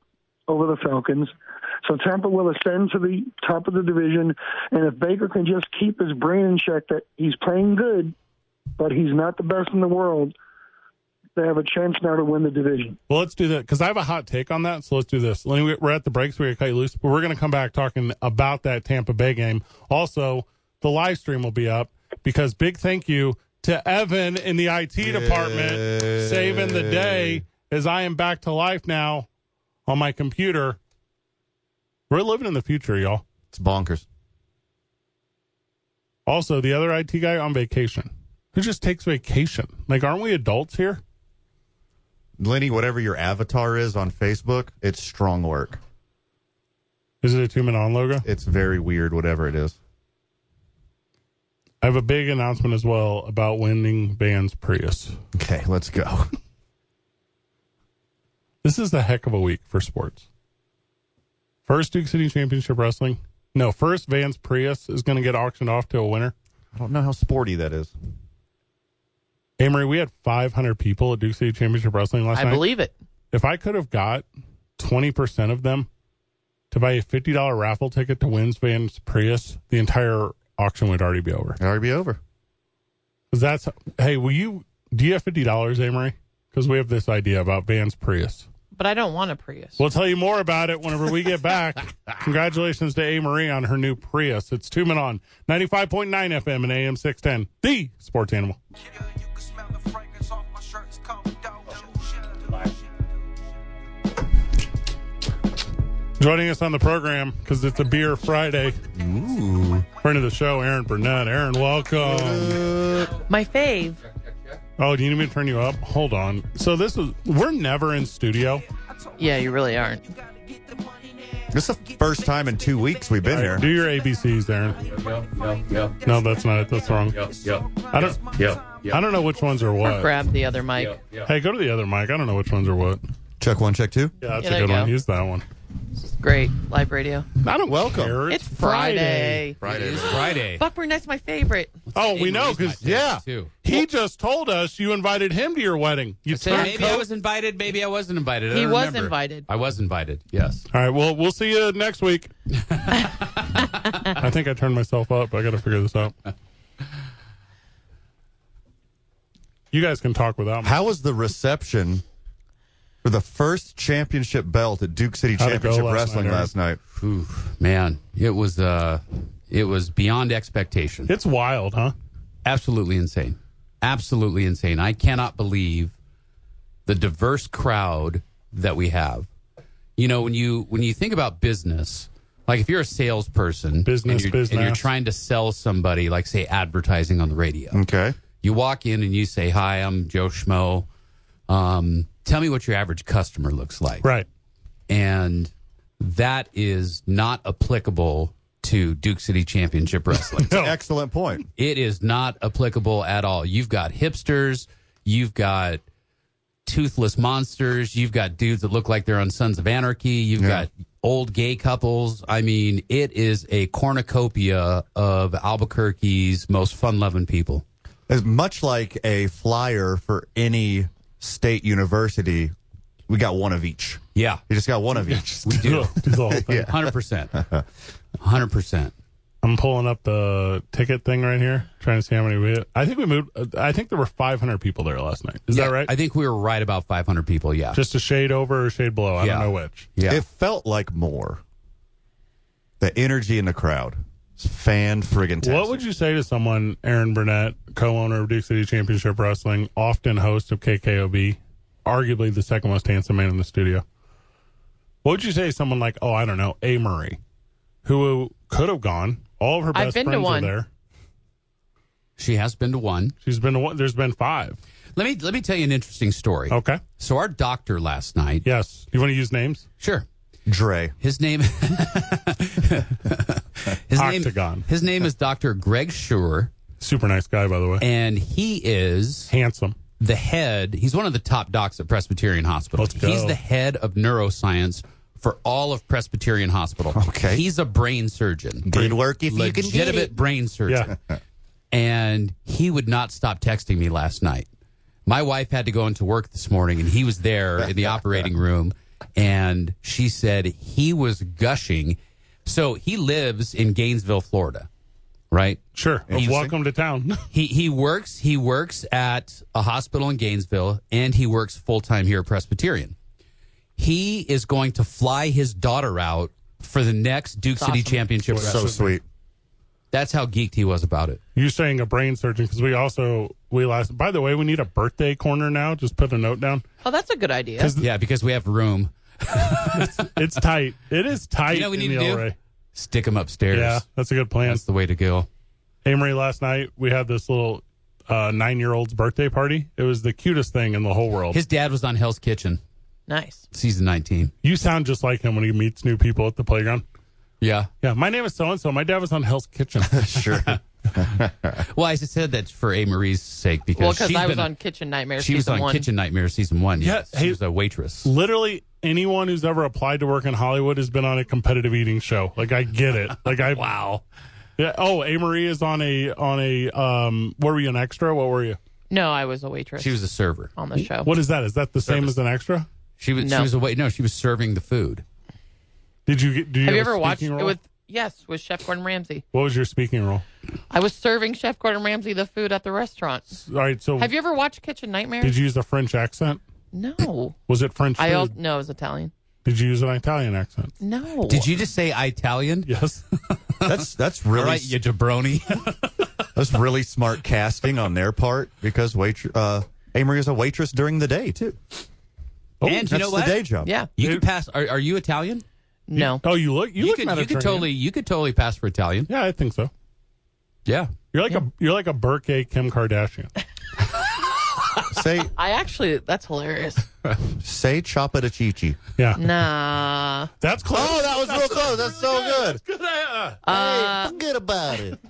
[SPEAKER 4] over the Falcons. So Tampa will ascend to the top of the division, and if Baker can just keep his brain in check that he's playing good, but he's not the best in the world, they have a chance now to win the division.
[SPEAKER 1] Well, let's do that because I have a hot take on that. So let's do this. Lenny, we- we're at the breaks. We're going to cut you loose, but we're going to come back talking about that Tampa Bay game. Also, the live stream will be up because big thank you to Evan in the IT department saving the day as I am back to life now on my computer. We're living in the future, y'all.
[SPEAKER 2] it's bonkers.
[SPEAKER 1] Also, the other IT guy on vacation. Who just takes vacation? Like, aren't we adults here?
[SPEAKER 2] Lenny, whatever your avatar is on Facebook, it's strong work.
[SPEAKER 1] Is it a two man on logo?
[SPEAKER 2] It's very weird, whatever it is.
[SPEAKER 1] I have a big announcement as well about winning Vans Prius.
[SPEAKER 2] Okay, let's go.
[SPEAKER 1] This is a heck of a week for sports. First Duke City Championship Wrestling. No, first Vans Prius is going to get auctioned off to a winner.
[SPEAKER 2] I don't know how sporty that is.
[SPEAKER 1] Amory, we had 500 people at Duke City Championship Wrestling last
[SPEAKER 3] I
[SPEAKER 1] night.
[SPEAKER 3] believe it.
[SPEAKER 1] if I could have got 20% of them to buy a $50 raffle ticket to Wins Vans Prius, the entire auction would already be over.
[SPEAKER 2] It'll already be over.
[SPEAKER 1] 'Cause that's, hey, will you, do you have $50, Amory? Because we have this idea about Vans Prius.
[SPEAKER 3] But I don't want a Prius.
[SPEAKER 1] We'll tell you more about it whenever we get back. Congratulations to A. Marie on her new Prius. It's two men on 95.9 FM and AM 610, the sports animal.
[SPEAKER 5] Yeah, you can smell the fragrance off my shirt. It's called
[SPEAKER 1] Joining us on the program because it's a beer Friday.
[SPEAKER 2] Ooh.
[SPEAKER 1] Friend of the show, Aaron Burnett. Aaron, welcome.
[SPEAKER 3] My fave.
[SPEAKER 1] Oh, do you need me to turn you up? Hold on. So this is we're never in studio.
[SPEAKER 3] Yeah, you really aren't.
[SPEAKER 2] This is the first time in two weeks we've been here.
[SPEAKER 1] Do your ABCs, Aaron.
[SPEAKER 6] Yep, yep, yep,
[SPEAKER 1] No, that's not it. That's wrong.
[SPEAKER 6] yep, yep,
[SPEAKER 1] I don't
[SPEAKER 6] yep,
[SPEAKER 1] I
[SPEAKER 6] yep,
[SPEAKER 1] don't know which ones are
[SPEAKER 3] Or
[SPEAKER 1] what.
[SPEAKER 3] grab the other mic.
[SPEAKER 6] yep, yep.
[SPEAKER 1] Hey, go to the other mic. I don't know which ones are what.
[SPEAKER 2] Check one, check two.
[SPEAKER 1] Yeah, that's
[SPEAKER 3] Yeah,
[SPEAKER 1] a
[SPEAKER 3] there
[SPEAKER 1] good
[SPEAKER 3] you
[SPEAKER 1] one.
[SPEAKER 3] go.
[SPEAKER 1] Use that one.
[SPEAKER 3] Great. Live radio.
[SPEAKER 1] I don't
[SPEAKER 2] Welcome.
[SPEAKER 1] care.
[SPEAKER 3] It's Friday.
[SPEAKER 2] Right.
[SPEAKER 7] It is Friday.
[SPEAKER 3] Buck Burnett's my favorite.
[SPEAKER 1] Oh, we know because yeah,
[SPEAKER 7] too.
[SPEAKER 1] he just told us you invited him to your wedding. You
[SPEAKER 7] So
[SPEAKER 1] turned
[SPEAKER 7] maybe I
[SPEAKER 1] coat-
[SPEAKER 7] was invited. Maybe I wasn't invited. I
[SPEAKER 3] He
[SPEAKER 7] don't
[SPEAKER 3] was
[SPEAKER 7] remember.
[SPEAKER 3] invited.
[SPEAKER 7] I was invited. Yes.
[SPEAKER 1] All right. Well, we'll see you next week. I think I turned myself up. I got to figure this out. You guys can talk without me.
[SPEAKER 2] How was the reception for the first championship belt at Duke City
[SPEAKER 1] How'd it go
[SPEAKER 2] Championship
[SPEAKER 1] last
[SPEAKER 2] Wrestling
[SPEAKER 1] night, Aaron?
[SPEAKER 2] last night?
[SPEAKER 7] Ooh, man, it was uh, it was beyond expectation.
[SPEAKER 1] It's wild, huh?
[SPEAKER 7] absolutely insane. Absolutely insane. I cannot believe the diverse crowd that we have. You know, when you when you think about business, like if you're a salesperson
[SPEAKER 1] Business,
[SPEAKER 7] and you're, and you're
[SPEAKER 1] business.
[SPEAKER 7] trying to sell somebody, like say advertising on the radio.
[SPEAKER 1] Mm.
[SPEAKER 2] Okay.
[SPEAKER 7] You walk in and you say, "Hi, I'm Joe Schmo. Um, tell me what your average customer looks like."
[SPEAKER 1] Right.
[SPEAKER 7] and that is not applicable to Duke City Championship Wrestling.
[SPEAKER 2] Excellent point.
[SPEAKER 7] it is not applicable at all. You've got hipsters, you've got toothless monsters, you've got dudes that look like they're on Sons of Anarchy, you've got old gay couples. I mean, it is a cornucopia of Albuquerque's most fun-loving people.
[SPEAKER 2] As much like a flyer for any state university, we got one of each.
[SPEAKER 7] Yeah,
[SPEAKER 2] You just got one of each.
[SPEAKER 7] we do.
[SPEAKER 1] It's all-
[SPEAKER 7] Hundred percent, hundred percent.
[SPEAKER 1] I'm pulling up the ticket thing right here, trying to see how many we. I think we moved. uh, I think there were 500 people there last night. Is
[SPEAKER 7] yeah,
[SPEAKER 1] that right?
[SPEAKER 7] I think we were right about 500 people. Yeah.
[SPEAKER 1] Just a shade over or a shade below. I
[SPEAKER 7] Yeah.
[SPEAKER 1] don't know which.
[SPEAKER 7] yeah.
[SPEAKER 2] It felt like more. The energy in the crowd. It's fan friggin'
[SPEAKER 1] What would you say to someone, Aaron Burnett, co-owner of Duke City Championship Wrestling, often host of KKOB, arguably the second most handsome man in the studio? What would you say to someone like, oh, I don't know, A. Murray, who could have gone? All of her
[SPEAKER 3] I've
[SPEAKER 1] best
[SPEAKER 3] been to
[SPEAKER 1] friends
[SPEAKER 3] one.
[SPEAKER 1] are there.
[SPEAKER 7] She has been to one.
[SPEAKER 1] She's been to one. There's been five.
[SPEAKER 7] Let me let me tell you an interesting story.
[SPEAKER 1] Okay.
[SPEAKER 7] So our doctor last night.
[SPEAKER 1] Yes. You want to use names?
[SPEAKER 7] Sure.
[SPEAKER 2] Dre.
[SPEAKER 7] His name. his
[SPEAKER 1] Octagon.
[SPEAKER 7] Name, his name is Dr. Greg Schurer,
[SPEAKER 1] Super nice guy, by the way.
[SPEAKER 7] and he is
[SPEAKER 1] Handsome.
[SPEAKER 7] the head. He's one of the top docs at Presbyterian Hospital.
[SPEAKER 1] Let's go.
[SPEAKER 7] He's the head of neuroscience for all of Presbyterian Hospital.
[SPEAKER 2] Okay.
[SPEAKER 7] He's a brain surgeon.
[SPEAKER 2] Good work if you can get
[SPEAKER 7] legitimate
[SPEAKER 2] it.
[SPEAKER 7] brain surgeon. and he would not stop texting me last night. My wife had to go into work this morning, and he was there in the operating room. And she said he was gushing. So he lives in Gainesville, Florida, right?
[SPEAKER 1] Sure.
[SPEAKER 2] Interesting.
[SPEAKER 1] Welcome to town.
[SPEAKER 7] He he works he works at a hospital in Gainesville, and he works full time here at Presbyterian. He is going to fly his daughter out for the next Duke City Championship.
[SPEAKER 2] So sweet.
[SPEAKER 7] That's how geeked he was about it.
[SPEAKER 1] you saying a brain surgeon because we also we last. By the way, we need a birthday corner now. Just put a note down.
[SPEAKER 3] Oh, that's a good idea.
[SPEAKER 7] Yeah, because we have room.
[SPEAKER 1] It's tight. It is tight.
[SPEAKER 7] You know what we
[SPEAKER 1] in
[SPEAKER 7] need
[SPEAKER 1] the
[SPEAKER 7] to do?
[SPEAKER 1] LRA.
[SPEAKER 7] Stick him upstairs.
[SPEAKER 1] Yeah, that's a good plan.
[SPEAKER 7] That's the way to go.
[SPEAKER 1] Amory, last night we had this little uh, nine-year-old's birthday party. It was the cutest thing in the whole world.
[SPEAKER 7] His dad was on Hell's Kitchen,
[SPEAKER 3] Nice.
[SPEAKER 7] season 19.
[SPEAKER 1] you sound just like him when he meets new people at the playground.
[SPEAKER 7] Yeah.
[SPEAKER 1] Yeah, my name is so and so. My dad was on Hell's Kitchen.
[SPEAKER 2] Sure.
[SPEAKER 7] Well, I just said that's for A. Marie's sake because
[SPEAKER 3] Well, because
[SPEAKER 7] she's
[SPEAKER 3] I was
[SPEAKER 7] been-
[SPEAKER 3] on Kitchen Nightmares.
[SPEAKER 7] she was
[SPEAKER 3] season
[SPEAKER 7] on
[SPEAKER 3] one.
[SPEAKER 7] Kitchen Nightmare season one.
[SPEAKER 1] Yeah,
[SPEAKER 7] Yes.
[SPEAKER 1] hey-
[SPEAKER 7] she was a waitress.
[SPEAKER 1] Literally anyone who's ever applied to work in Hollywood has been on a competitive eating show. Like I get it. Like I
[SPEAKER 7] Wow.
[SPEAKER 1] Yeah. Oh, A. Marie is on a on a. Um, were you an extra? What were you?
[SPEAKER 3] No, I was a waitress.
[SPEAKER 7] She was a server.
[SPEAKER 3] on the show.
[SPEAKER 1] What is that? Is that the same as an extra?
[SPEAKER 7] She was
[SPEAKER 3] Oh, No.
[SPEAKER 7] she was a wait no, she was serving the food.
[SPEAKER 1] Did you get? Do you
[SPEAKER 3] Have you
[SPEAKER 1] have a
[SPEAKER 3] ever watched
[SPEAKER 1] speaking
[SPEAKER 3] it
[SPEAKER 1] role?
[SPEAKER 3] with? Yes, with Chef Gordon Ramsay.
[SPEAKER 1] What was your speaking role?
[SPEAKER 3] I was serving Chef Gordon Ramsay the food at the restaurant.
[SPEAKER 1] All right. So
[SPEAKER 3] Have you ever watched Kitchen Nightmares?
[SPEAKER 1] did you use a French accent?
[SPEAKER 3] No.
[SPEAKER 1] Was it French?
[SPEAKER 3] I
[SPEAKER 1] food?
[SPEAKER 3] al- no, it was Italian.
[SPEAKER 1] Did you use an Italian accent?
[SPEAKER 3] No.
[SPEAKER 7] Did you just say Italian?
[SPEAKER 1] Yes.
[SPEAKER 2] That's that's
[SPEAKER 7] All
[SPEAKER 2] really
[SPEAKER 7] right, you jabroni.
[SPEAKER 2] that's really smart casting on their part because wait uh Amory is a waitress during the day too.
[SPEAKER 7] and you
[SPEAKER 2] Oh, that's
[SPEAKER 7] know
[SPEAKER 2] the
[SPEAKER 7] what?
[SPEAKER 2] day job.
[SPEAKER 3] Yeah.
[SPEAKER 7] You could pass are, are you Italian?
[SPEAKER 3] No.
[SPEAKER 1] Oh, you look. You, look
[SPEAKER 7] could you
[SPEAKER 1] Mediterranean.
[SPEAKER 7] could totally you could totally pass for Italian.
[SPEAKER 1] Yeah, I think so.
[SPEAKER 7] Yeah.
[SPEAKER 1] You're like a you're like a Burke Kim Kardashian.
[SPEAKER 2] Say
[SPEAKER 3] I actually, that's hilarious.
[SPEAKER 2] say chapa de chichi.
[SPEAKER 1] Yeah,
[SPEAKER 3] nah.
[SPEAKER 1] that's close.
[SPEAKER 2] Oh, that was real close. That's so good.
[SPEAKER 3] Uh,
[SPEAKER 2] Hey, forget about it.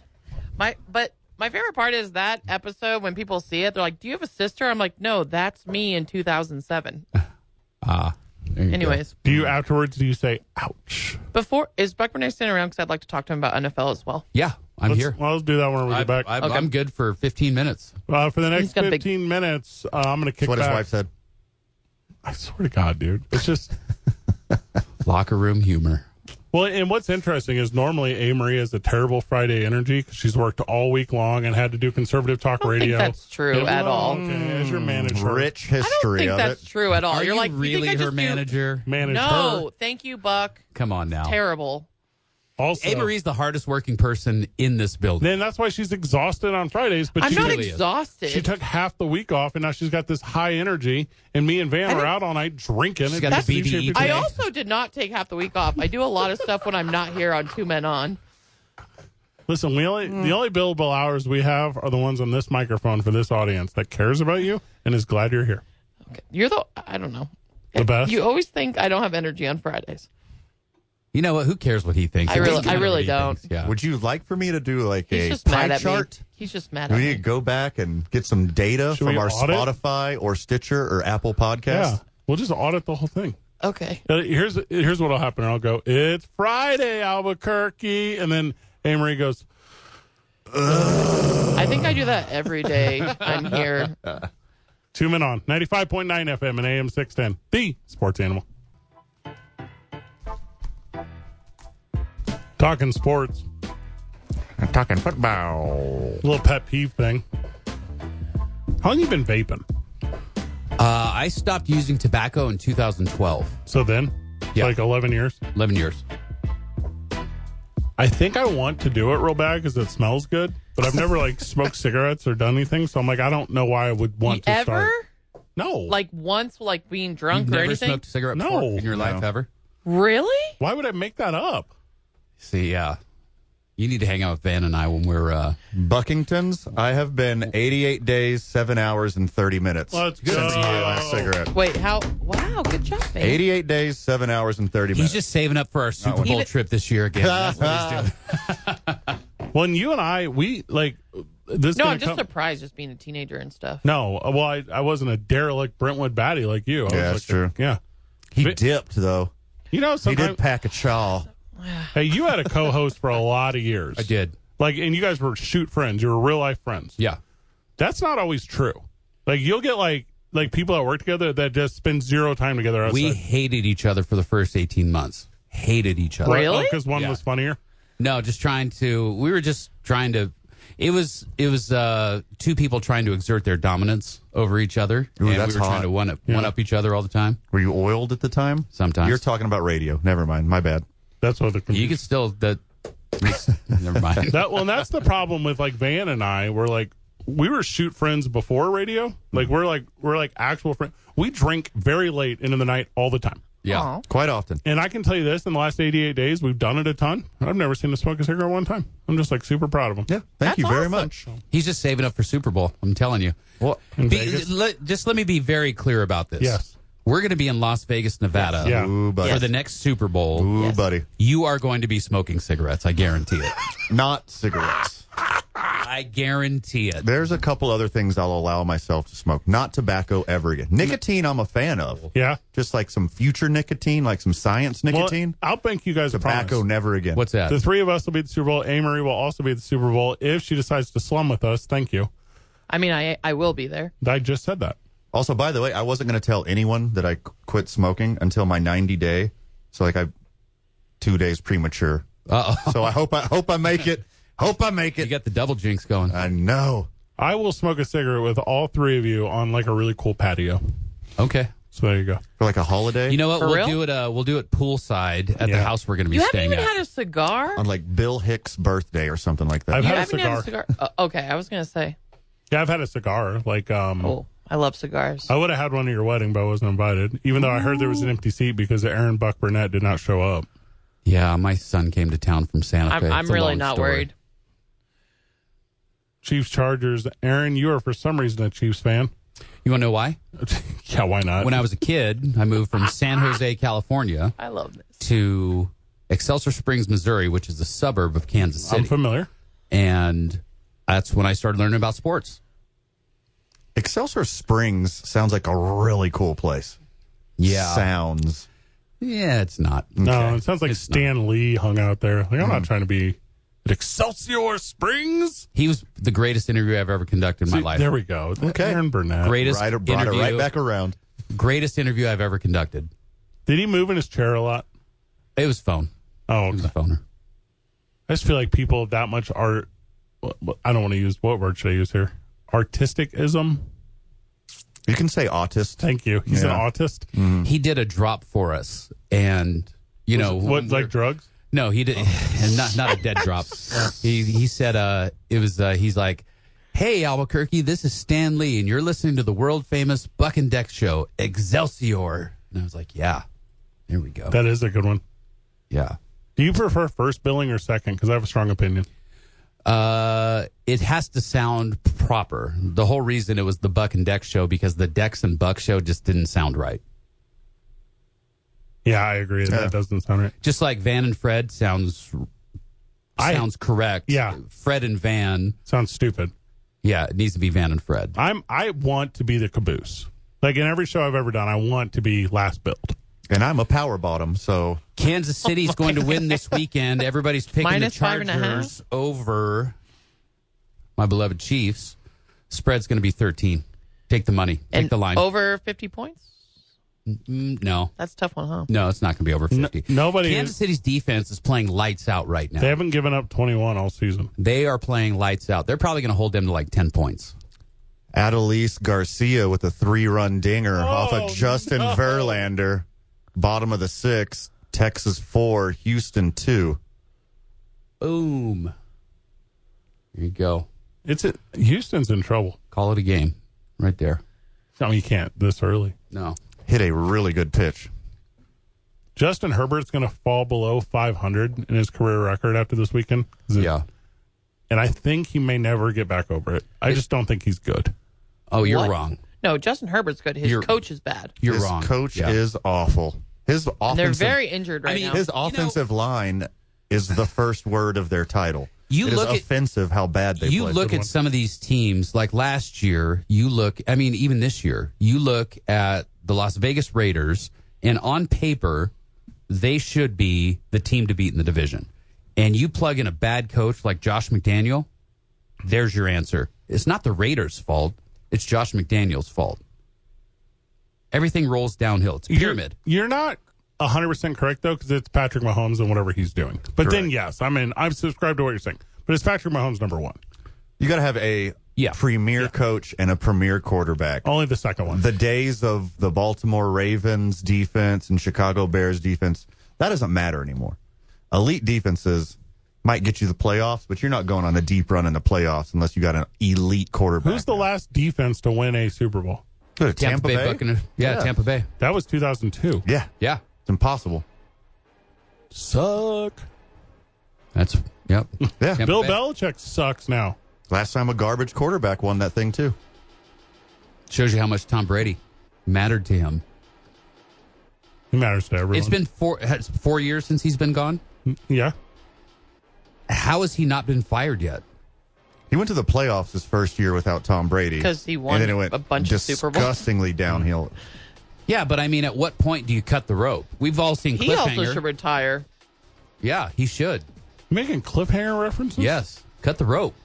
[SPEAKER 3] My, but my favorite part is that episode when people see it, they're like, "Do you have a sister?" I'm like, "No, that's me in 2007."
[SPEAKER 7] Ah, There you go.
[SPEAKER 3] Anyways,
[SPEAKER 1] Do you afterwards? Do you say ouch?
[SPEAKER 3] before is Buckman Nice sitting around because I'd like to talk to him about NFL as well.
[SPEAKER 7] Yeah, I'm
[SPEAKER 1] Let's,
[SPEAKER 7] here.
[SPEAKER 1] well, let's do that when we
[SPEAKER 7] I,
[SPEAKER 1] get back.
[SPEAKER 7] I,
[SPEAKER 3] Okay.
[SPEAKER 7] I'm good for 15 minutes.
[SPEAKER 1] uh, for the next
[SPEAKER 3] He's got big-
[SPEAKER 1] 15 minutes, uh, I'm going to kick
[SPEAKER 2] That's what his
[SPEAKER 1] back.
[SPEAKER 2] wife said.
[SPEAKER 1] I swear to God, dude, it's just.
[SPEAKER 7] Locker room humor.
[SPEAKER 1] Well, and what's interesting is normally A. Marie has a terrible Friday energy because she's worked all week long and had to do conservative talk
[SPEAKER 3] I don't think
[SPEAKER 1] radio.
[SPEAKER 3] that's true at all.
[SPEAKER 1] Okay, as
[SPEAKER 7] Hmm.
[SPEAKER 1] your manager,
[SPEAKER 2] Rich
[SPEAKER 3] I don't
[SPEAKER 2] history
[SPEAKER 3] think
[SPEAKER 2] of
[SPEAKER 3] that's
[SPEAKER 2] it.
[SPEAKER 3] true at all.
[SPEAKER 7] Are
[SPEAKER 3] Oh, You're
[SPEAKER 7] you
[SPEAKER 3] like, you
[SPEAKER 7] really
[SPEAKER 3] think I
[SPEAKER 7] her
[SPEAKER 3] just do-
[SPEAKER 7] manager?
[SPEAKER 1] manage
[SPEAKER 3] No, thank you, Buck.
[SPEAKER 7] Come on now.
[SPEAKER 3] Terrible.
[SPEAKER 1] her. Also,
[SPEAKER 7] A. Marie's the hardest working person in this building.
[SPEAKER 1] then that's why she's exhausted on Fridays. But
[SPEAKER 3] I'm
[SPEAKER 1] she,
[SPEAKER 3] not
[SPEAKER 7] really is.
[SPEAKER 3] exhausted.
[SPEAKER 1] she took half the week off, and now she's got this high energy. And me and Van
[SPEAKER 3] I
[SPEAKER 1] are
[SPEAKER 3] didn't-
[SPEAKER 1] out all night drinking.
[SPEAKER 7] She's
[SPEAKER 1] and
[SPEAKER 7] got the
[SPEAKER 1] YouTube
[SPEAKER 7] BDE
[SPEAKER 1] videos.
[SPEAKER 3] I
[SPEAKER 7] today.
[SPEAKER 3] also did not take half the week off. I do a lot of stuff when I'm not here on Two Men On.
[SPEAKER 1] Listen, we only the only billable hours we have are the ones on this microphone for this audience that cares about you and is glad you're here.
[SPEAKER 3] You're the I don't know.
[SPEAKER 1] The best.
[SPEAKER 3] You always think I don't have energy on Fridays.
[SPEAKER 7] You know what? Who cares what he thinks?
[SPEAKER 3] I
[SPEAKER 7] It
[SPEAKER 3] really-
[SPEAKER 7] doesn't matter
[SPEAKER 3] I really
[SPEAKER 7] what he
[SPEAKER 3] don't.
[SPEAKER 7] thinks. Yeah.
[SPEAKER 2] Would you like for me to do like
[SPEAKER 3] He's
[SPEAKER 2] a
[SPEAKER 3] just
[SPEAKER 2] pie
[SPEAKER 3] mad at
[SPEAKER 2] chart?
[SPEAKER 3] me. He's just mad
[SPEAKER 2] Do
[SPEAKER 3] at
[SPEAKER 2] we
[SPEAKER 3] me.
[SPEAKER 2] need to go back and get some data
[SPEAKER 1] Should
[SPEAKER 2] from
[SPEAKER 1] we
[SPEAKER 2] our
[SPEAKER 1] audit?
[SPEAKER 2] Spotify or Stitcher or Apple
[SPEAKER 1] Yeah,
[SPEAKER 2] Podcast?
[SPEAKER 1] we'll just audit the whole thing.
[SPEAKER 3] Okay.
[SPEAKER 1] Uh, Here's here's what'll happen. I'll go. It's Friday, Albuquerque, and then Amory goes.
[SPEAKER 3] I think I do that every day I'm here.
[SPEAKER 1] Two men on ninety five point nine FM and AM six ten. The sports animal. Talking sports.
[SPEAKER 2] talking football.
[SPEAKER 1] Little pet peeve thing. How long you been vaping?
[SPEAKER 7] Uh, I stopped using tobacco in 2012,
[SPEAKER 1] So then,
[SPEAKER 7] Yeah.
[SPEAKER 1] like 11 years.
[SPEAKER 7] 11 years.
[SPEAKER 1] I think I want to do it real bad because it smells good, but I've never like smoked cigarettes or done anything. So I'm like, I don't know why I would want to
[SPEAKER 3] ever
[SPEAKER 1] start. No.
[SPEAKER 3] like once like being drunk
[SPEAKER 7] You've
[SPEAKER 3] or
[SPEAKER 7] never
[SPEAKER 3] anything?
[SPEAKER 7] smoked a cigarette
[SPEAKER 1] No.
[SPEAKER 7] before in your life
[SPEAKER 2] No.
[SPEAKER 7] ever?
[SPEAKER 3] Really?
[SPEAKER 1] why would I make that up?
[SPEAKER 7] See, yeah. you need to hang out with Van and I when we're. Uh,
[SPEAKER 2] Buckingtons, I have been 88 days, 7 hours, and 30 minutes.
[SPEAKER 1] Let's
[SPEAKER 2] since
[SPEAKER 1] go.
[SPEAKER 2] my last cigarette.
[SPEAKER 3] Wait, how? Wow, good job, man.
[SPEAKER 2] 88 days, 7 hours, and 30
[SPEAKER 7] he's
[SPEAKER 2] minutes.
[SPEAKER 7] just saving up for our Super
[SPEAKER 2] one.
[SPEAKER 7] Bowl
[SPEAKER 3] Even-
[SPEAKER 7] trip this year again. That's what he's doing.
[SPEAKER 1] When you and I, we like this.
[SPEAKER 3] No,
[SPEAKER 1] gonna
[SPEAKER 3] I'm just
[SPEAKER 1] come-
[SPEAKER 3] surprised just being a teenager and stuff.
[SPEAKER 1] No, uh, well, I, I wasn't a derelict Brentwood baddie like you. I was
[SPEAKER 2] Yeah,
[SPEAKER 1] like
[SPEAKER 2] that's
[SPEAKER 1] a-
[SPEAKER 2] true.
[SPEAKER 1] yeah,
[SPEAKER 2] he dipped, though.
[SPEAKER 1] you know,
[SPEAKER 2] He did
[SPEAKER 1] sometimes.
[SPEAKER 2] pack a chaw.
[SPEAKER 1] hey, you had a co-host for a lot of years.
[SPEAKER 7] I did.
[SPEAKER 1] Like, and you guys were shoot friends. You were real life friends.
[SPEAKER 7] Yeah.
[SPEAKER 1] That's not always true. Like, you'll get like like people that work together that just spend zero time together. Outside.
[SPEAKER 7] We hated each other for the first 18 months. Hated each other.
[SPEAKER 3] Really?
[SPEAKER 1] because oh, one
[SPEAKER 7] Yeah.
[SPEAKER 1] was funnier.
[SPEAKER 7] No, just trying to. We were just trying to. It was it was uh, two people trying to exert their dominance over each other,
[SPEAKER 2] Ooh,
[SPEAKER 7] and
[SPEAKER 2] that's
[SPEAKER 7] we were
[SPEAKER 2] hot.
[SPEAKER 7] trying to one up one up each other all the time.
[SPEAKER 2] Were you oiled at the time?
[SPEAKER 7] Sometimes.
[SPEAKER 2] You're talking about radio. Never mind. My bad.
[SPEAKER 1] That's what the
[SPEAKER 7] You could still that. makes- never mind.
[SPEAKER 1] Mm-hmm. that well, and that's the problem with like Van and I. We're like we were shoot friends before radio. Like we're like we're like actual friends. We drink very late into the night all the time.
[SPEAKER 7] yeah.
[SPEAKER 3] Aw.
[SPEAKER 2] Quite often.
[SPEAKER 1] And I can tell you this: in the last eighty-eight days, we've done it a ton. I've never seen him smoke a cigarette one time. I'm just like super proud of him.
[SPEAKER 2] Yeah. Thank you very
[SPEAKER 3] awesome.
[SPEAKER 2] much.
[SPEAKER 7] He's just saving up for Super Bowl. I'm telling you.
[SPEAKER 2] Well,
[SPEAKER 1] In
[SPEAKER 7] Be,
[SPEAKER 1] Vegas?
[SPEAKER 7] let, just let me be very clear about this.
[SPEAKER 1] Yes.
[SPEAKER 7] We're going to be in Las Vegas, Nevada
[SPEAKER 1] Yeah.
[SPEAKER 2] Ooh, buddy.
[SPEAKER 7] for the next Super Bowl.
[SPEAKER 2] Ooh,
[SPEAKER 3] Yes.
[SPEAKER 2] buddy.
[SPEAKER 7] You are going to be smoking cigarettes. I guarantee it.
[SPEAKER 2] Not cigarettes.
[SPEAKER 7] I guarantee it.
[SPEAKER 2] There's a couple other things I'll allow myself to smoke. Not tobacco ever again. Nicotine, I'm a fan of.
[SPEAKER 1] Mm. Yeah.
[SPEAKER 2] Just like some future nicotine, like some science
[SPEAKER 1] Well,
[SPEAKER 2] nicotine.
[SPEAKER 1] I'll bank you guys a
[SPEAKER 2] tobacco,
[SPEAKER 1] promise.
[SPEAKER 2] never again.
[SPEAKER 7] What's that?
[SPEAKER 1] The three of us will be at the Super Bowl. Amory will also be at the Super Bowl if she decides to slum with us. Thank you.
[SPEAKER 3] I mean, I I will be there.
[SPEAKER 1] I just said that.
[SPEAKER 2] Also, by the way, I wasn't going to tell anyone that I qu- quit smoking until my 90 day. So like I, two days premature.
[SPEAKER 7] Uh oh.
[SPEAKER 2] So I hope I hope I make it. Hope I make
[SPEAKER 7] You
[SPEAKER 2] it.
[SPEAKER 7] got the double jinx going.
[SPEAKER 2] I know.
[SPEAKER 1] I will smoke a cigarette with all three of you on like a really cool patio.
[SPEAKER 7] Okay.
[SPEAKER 1] So there you go.
[SPEAKER 2] For like a holiday.
[SPEAKER 7] You know what?
[SPEAKER 3] For
[SPEAKER 7] we'll
[SPEAKER 3] real?
[SPEAKER 7] do it. Uh, we'll do it poolside at
[SPEAKER 1] Yeah.
[SPEAKER 7] the house we're going to be
[SPEAKER 3] You haven't
[SPEAKER 7] staying
[SPEAKER 3] even
[SPEAKER 7] at.
[SPEAKER 3] had a cigar.
[SPEAKER 2] on like Bill Hicks' birthday or something like that.
[SPEAKER 1] I've
[SPEAKER 3] you
[SPEAKER 1] had a
[SPEAKER 3] haven't had a
[SPEAKER 1] cigar.
[SPEAKER 3] cigar. Oh, okay, I was gonna say.
[SPEAKER 1] Yeah, I've had a cigar. Like, um,
[SPEAKER 3] Oh, I love cigars.
[SPEAKER 1] I would have had one at your wedding, but I wasn't invited. Even though I heard there was an empty seat because Aaron Buck Burnett did not show up.
[SPEAKER 7] yeah, my son came to town from Santa
[SPEAKER 3] I'm
[SPEAKER 7] Fe.
[SPEAKER 3] I'm
[SPEAKER 7] It's a
[SPEAKER 3] really
[SPEAKER 7] long
[SPEAKER 3] not
[SPEAKER 7] story.
[SPEAKER 3] worried.
[SPEAKER 1] Chiefs Chargers. Aaron, you are for some reason a Chiefs fan.
[SPEAKER 7] You want to know why?
[SPEAKER 1] yeah, why not?
[SPEAKER 7] When I was a kid, I moved from San Jose, California,
[SPEAKER 3] I love this.
[SPEAKER 7] to Excelsior Springs, Missouri, which is a suburb of Kansas
[SPEAKER 1] I'm
[SPEAKER 7] City,
[SPEAKER 1] familiar.
[SPEAKER 7] and that's when I started learning about sports.
[SPEAKER 2] Excelsior Springs sounds like a really cool place.
[SPEAKER 7] Yeah.
[SPEAKER 2] Sounds.
[SPEAKER 7] Yeah, it's not.
[SPEAKER 1] No, it sounds like
[SPEAKER 7] It's Mm.
[SPEAKER 1] Stan Lee hung out there. Like, I'm not trying to be at Excelsior Springs.
[SPEAKER 7] He was the greatest interview I've ever conducted in my
[SPEAKER 1] See,
[SPEAKER 7] life.
[SPEAKER 1] There we go.
[SPEAKER 2] Okay.
[SPEAKER 1] Aaron Burnett.
[SPEAKER 7] greatest
[SPEAKER 2] Right, brought it
[SPEAKER 7] interview,
[SPEAKER 2] right back around.
[SPEAKER 7] greatest interview I've ever conducted.
[SPEAKER 1] Did he move in his chair a lot?
[SPEAKER 7] It was phone.
[SPEAKER 1] Oh,
[SPEAKER 7] It was
[SPEAKER 1] okay.
[SPEAKER 7] a phoner.
[SPEAKER 1] I just feel like people that much art. I don't want to use what word should I use here? Artisticism.
[SPEAKER 2] You can say autist.
[SPEAKER 1] Thank you. He's
[SPEAKER 2] Yeah.
[SPEAKER 1] an autist.
[SPEAKER 7] He did a drop for us, and you know
[SPEAKER 1] what
[SPEAKER 7] we're-
[SPEAKER 1] like drugs?
[SPEAKER 7] No, he did and not not a dead drop. He he said uh it was uh he's like, Hey Albuquerque, this is Stan Lee and you're listening to the world famous Buck and Deck show, Excelsior. And I was like, Yeah. Here we go.
[SPEAKER 1] That is a good one.
[SPEAKER 7] yeah.
[SPEAKER 1] Do you prefer first billing or second? Because I have a strong opinion.
[SPEAKER 7] Uh it has to sound proper. The whole reason it was the Buck and Deck show because the Dex and Buck show just didn't sound right.
[SPEAKER 1] Yeah, I agree.
[SPEAKER 2] Yeah.
[SPEAKER 1] That doesn't sound right.
[SPEAKER 7] Just like Van and Fred sounds
[SPEAKER 1] I-
[SPEAKER 7] sounds correct.
[SPEAKER 1] Yeah.
[SPEAKER 7] Fred and Van.
[SPEAKER 1] Sounds stupid.
[SPEAKER 7] Yeah, it needs to be Van and Fred.
[SPEAKER 1] I'm. I want to be the caboose. Like in every show I've ever done, I want to be last billed.
[SPEAKER 2] And I'm a power bottom, so
[SPEAKER 7] Kansas City's going to win this weekend. Everybody's picking
[SPEAKER 3] Minus
[SPEAKER 7] the
[SPEAKER 3] five and a half?
[SPEAKER 7] Chargers over my beloved Chiefs. Spread's going to be 13. Take the money. Take
[SPEAKER 3] and
[SPEAKER 7] the line.
[SPEAKER 3] over 50 points.
[SPEAKER 7] Mm, no,
[SPEAKER 3] That's a tough one, huh?
[SPEAKER 7] no, it's not going to be over fifty.
[SPEAKER 1] nobody-
[SPEAKER 7] Kansas City's defense is playing lights out right now.
[SPEAKER 1] They haven't given up 21 all season.
[SPEAKER 7] They are playing lights out. They're probably going to hold them to like ten points.
[SPEAKER 2] Adelise Garcia with a three run dinger
[SPEAKER 7] Oh,
[SPEAKER 2] off of Justin Verlander. Bottom of the six. Texas four, Houston two.
[SPEAKER 7] Boom. There you go.
[SPEAKER 1] It's a, Houston's in trouble.
[SPEAKER 7] Call it a game, right there.
[SPEAKER 1] I mean, you can't this early.
[SPEAKER 7] No,
[SPEAKER 2] Hit a really good pitch.
[SPEAKER 1] Justin Herbert's going to fall below 500 in his career record after this weekend. Is it-
[SPEAKER 7] yeah.
[SPEAKER 1] And I think he may never get back over it. I just don't think he's good.
[SPEAKER 7] Oh, you're
[SPEAKER 3] What?
[SPEAKER 7] wrong.
[SPEAKER 3] No, Justin Herbert's good. His
[SPEAKER 7] You're-
[SPEAKER 3] coach is bad.
[SPEAKER 7] You're
[SPEAKER 2] His
[SPEAKER 7] wrong.
[SPEAKER 2] coach
[SPEAKER 7] Yeah.
[SPEAKER 2] is awful. His
[SPEAKER 3] They're
[SPEAKER 2] offensive,
[SPEAKER 3] very injured right now.
[SPEAKER 2] his offensive line is the first word of their title.
[SPEAKER 7] You
[SPEAKER 2] It is
[SPEAKER 7] look at-
[SPEAKER 2] offensive how bad they
[SPEAKER 7] you
[SPEAKER 2] play.
[SPEAKER 7] look at some of these teams like last year you look i mean even this year you look at the las vegas raiders and on paper they should be the team to beat in the division and you plug in a bad coach like josh mcdaniel there's your answer it's not the raiders fault it's josh mcdaniel's fault everything rolls downhill it's a pyramid
[SPEAKER 1] You're, you're not 100% correct, though, because it's Patrick Mahomes and whatever he's doing. But then, yes, I mean, I've subscribed to what you're saying. But it's Patrick Mahomes number one.
[SPEAKER 2] You got to have a
[SPEAKER 7] Yeah.
[SPEAKER 2] premier coach and a premier quarterback.
[SPEAKER 1] Only the second one.
[SPEAKER 2] The days of the Baltimore Ravens defense and Chicago Bears defense, that doesn't matter anymore. Elite defenses might get you the playoffs, but you're not going on a deep run in the playoffs unless you got an elite quarterback.
[SPEAKER 1] Who's the last defense to win a Super Bowl?
[SPEAKER 2] Go to Tampa, Bay?
[SPEAKER 7] Buccaneers. Yeah,
[SPEAKER 2] Yeah.
[SPEAKER 7] tampa bay
[SPEAKER 1] That was 2002.
[SPEAKER 2] Yeah,
[SPEAKER 7] yeah
[SPEAKER 2] it's impossible.
[SPEAKER 1] Suck.
[SPEAKER 7] that's yep
[SPEAKER 2] Yeah.
[SPEAKER 7] Tampa
[SPEAKER 1] Bill
[SPEAKER 7] Bay.
[SPEAKER 1] Belichick sucks now.
[SPEAKER 2] Last time a garbage quarterback won that thing, too.
[SPEAKER 7] shows you how much tom brady mattered to him
[SPEAKER 1] He matters to everyone.
[SPEAKER 7] It's been four has four years since he's been gone.
[SPEAKER 1] yeah.
[SPEAKER 7] How has he not been fired yet?
[SPEAKER 2] He went to the playoffs his first year without Tom Brady
[SPEAKER 3] 'Cause he won
[SPEAKER 2] and then it went
[SPEAKER 3] a bunch of Super Bowls.
[SPEAKER 2] disgustingly downhill.
[SPEAKER 7] Yeah, but I mean, at what point do you cut the rope? We've all seen
[SPEAKER 3] he also
[SPEAKER 7] cliffhanger.
[SPEAKER 3] should retire.
[SPEAKER 7] yeah, he should.
[SPEAKER 1] Making cliffhanger references?
[SPEAKER 7] Yes, cut the rope.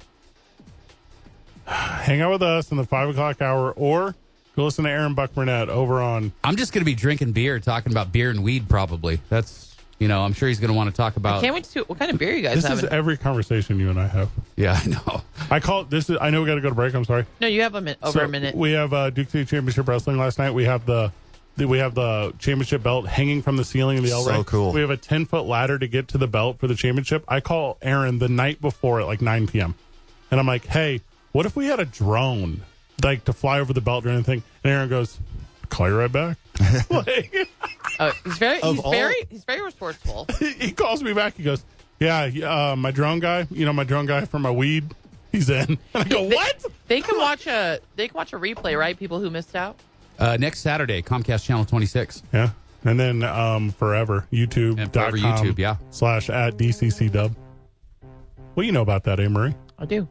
[SPEAKER 1] Hang out with us in the five o'clock hour or go listen to Aaron Buck Burnett over on
[SPEAKER 7] I'm just going to be drinking beer, talking about beer and weed. Probably that's you know, I'm sure he's going to want to talk
[SPEAKER 2] Uh,
[SPEAKER 7] about.
[SPEAKER 3] Can't wait to see what kind of beer you guys
[SPEAKER 1] This
[SPEAKER 3] have.
[SPEAKER 1] is every conversation you and I have.
[SPEAKER 7] yeah, I know.
[SPEAKER 1] I call it this is I know we gotta go to break, I'm sorry.
[SPEAKER 3] no, you have a min- over
[SPEAKER 1] So
[SPEAKER 3] a minute.
[SPEAKER 1] We have uh, Duke City Championship Wrestling last night. We have the the- we have the championship belt hanging from the ceiling of the L
[SPEAKER 2] So cool.
[SPEAKER 1] We have a ten foot ladder to get to the belt for the championship. I call Aaron the night before at like nine p.m. and I'm like, "Hey, what if we had a drone like to fly over the belt or anything?" And Aaron goes, "Call you right back." Like,
[SPEAKER 3] Oh, he's very,
[SPEAKER 2] Of
[SPEAKER 3] he's
[SPEAKER 2] all-
[SPEAKER 3] very, he's very resourceful.
[SPEAKER 1] he calls me back. He goes, "Yeah, uh, my drone guy. You know, my drone guy for my weed. He's in." And I go, "What?"
[SPEAKER 3] They can watch a, they can watch a replay, right? People who missed out.
[SPEAKER 7] Uh, next Saturday, Comcast Channel 26.
[SPEAKER 1] Yeah. And then um, forever, YouTube.
[SPEAKER 7] And forever YouTube, yeah.
[SPEAKER 1] Slash at DCC dub. Well, you know about that, eh, Murray?
[SPEAKER 3] I do.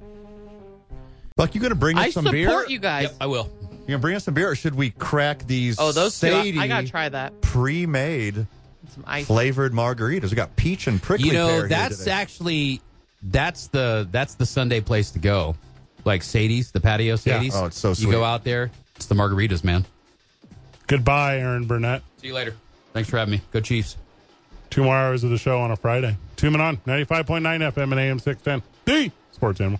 [SPEAKER 2] Buck, you going to bring us
[SPEAKER 3] I
[SPEAKER 2] some
[SPEAKER 3] support
[SPEAKER 2] beer?
[SPEAKER 3] you guys.
[SPEAKER 7] I will.
[SPEAKER 2] You gonna bring us some beer, or should we crack these?
[SPEAKER 3] Oh, those two, I-
[SPEAKER 2] Sadie
[SPEAKER 3] I, gotta try that.
[SPEAKER 2] pre-made
[SPEAKER 3] Some ice.
[SPEAKER 2] flavored margaritas. We got peach and prickly.
[SPEAKER 7] You
[SPEAKER 2] pear
[SPEAKER 7] know,
[SPEAKER 2] here
[SPEAKER 7] that's
[SPEAKER 2] today.
[SPEAKER 7] actually that's the that's the Sunday place to go. Like Sadie's, the patio
[SPEAKER 1] Yeah.
[SPEAKER 7] Sadie's.
[SPEAKER 2] Oh, it's so
[SPEAKER 7] You
[SPEAKER 2] sweet.
[SPEAKER 7] go out there. It's the margaritas, man.
[SPEAKER 1] Goodbye, Aaron Burnett.
[SPEAKER 7] See you later. Thanks for having me. Go Chiefs.
[SPEAKER 1] Two more hours of the show on a Friday. Tune in on 95.9 FM and AM 610. The Sports Animal.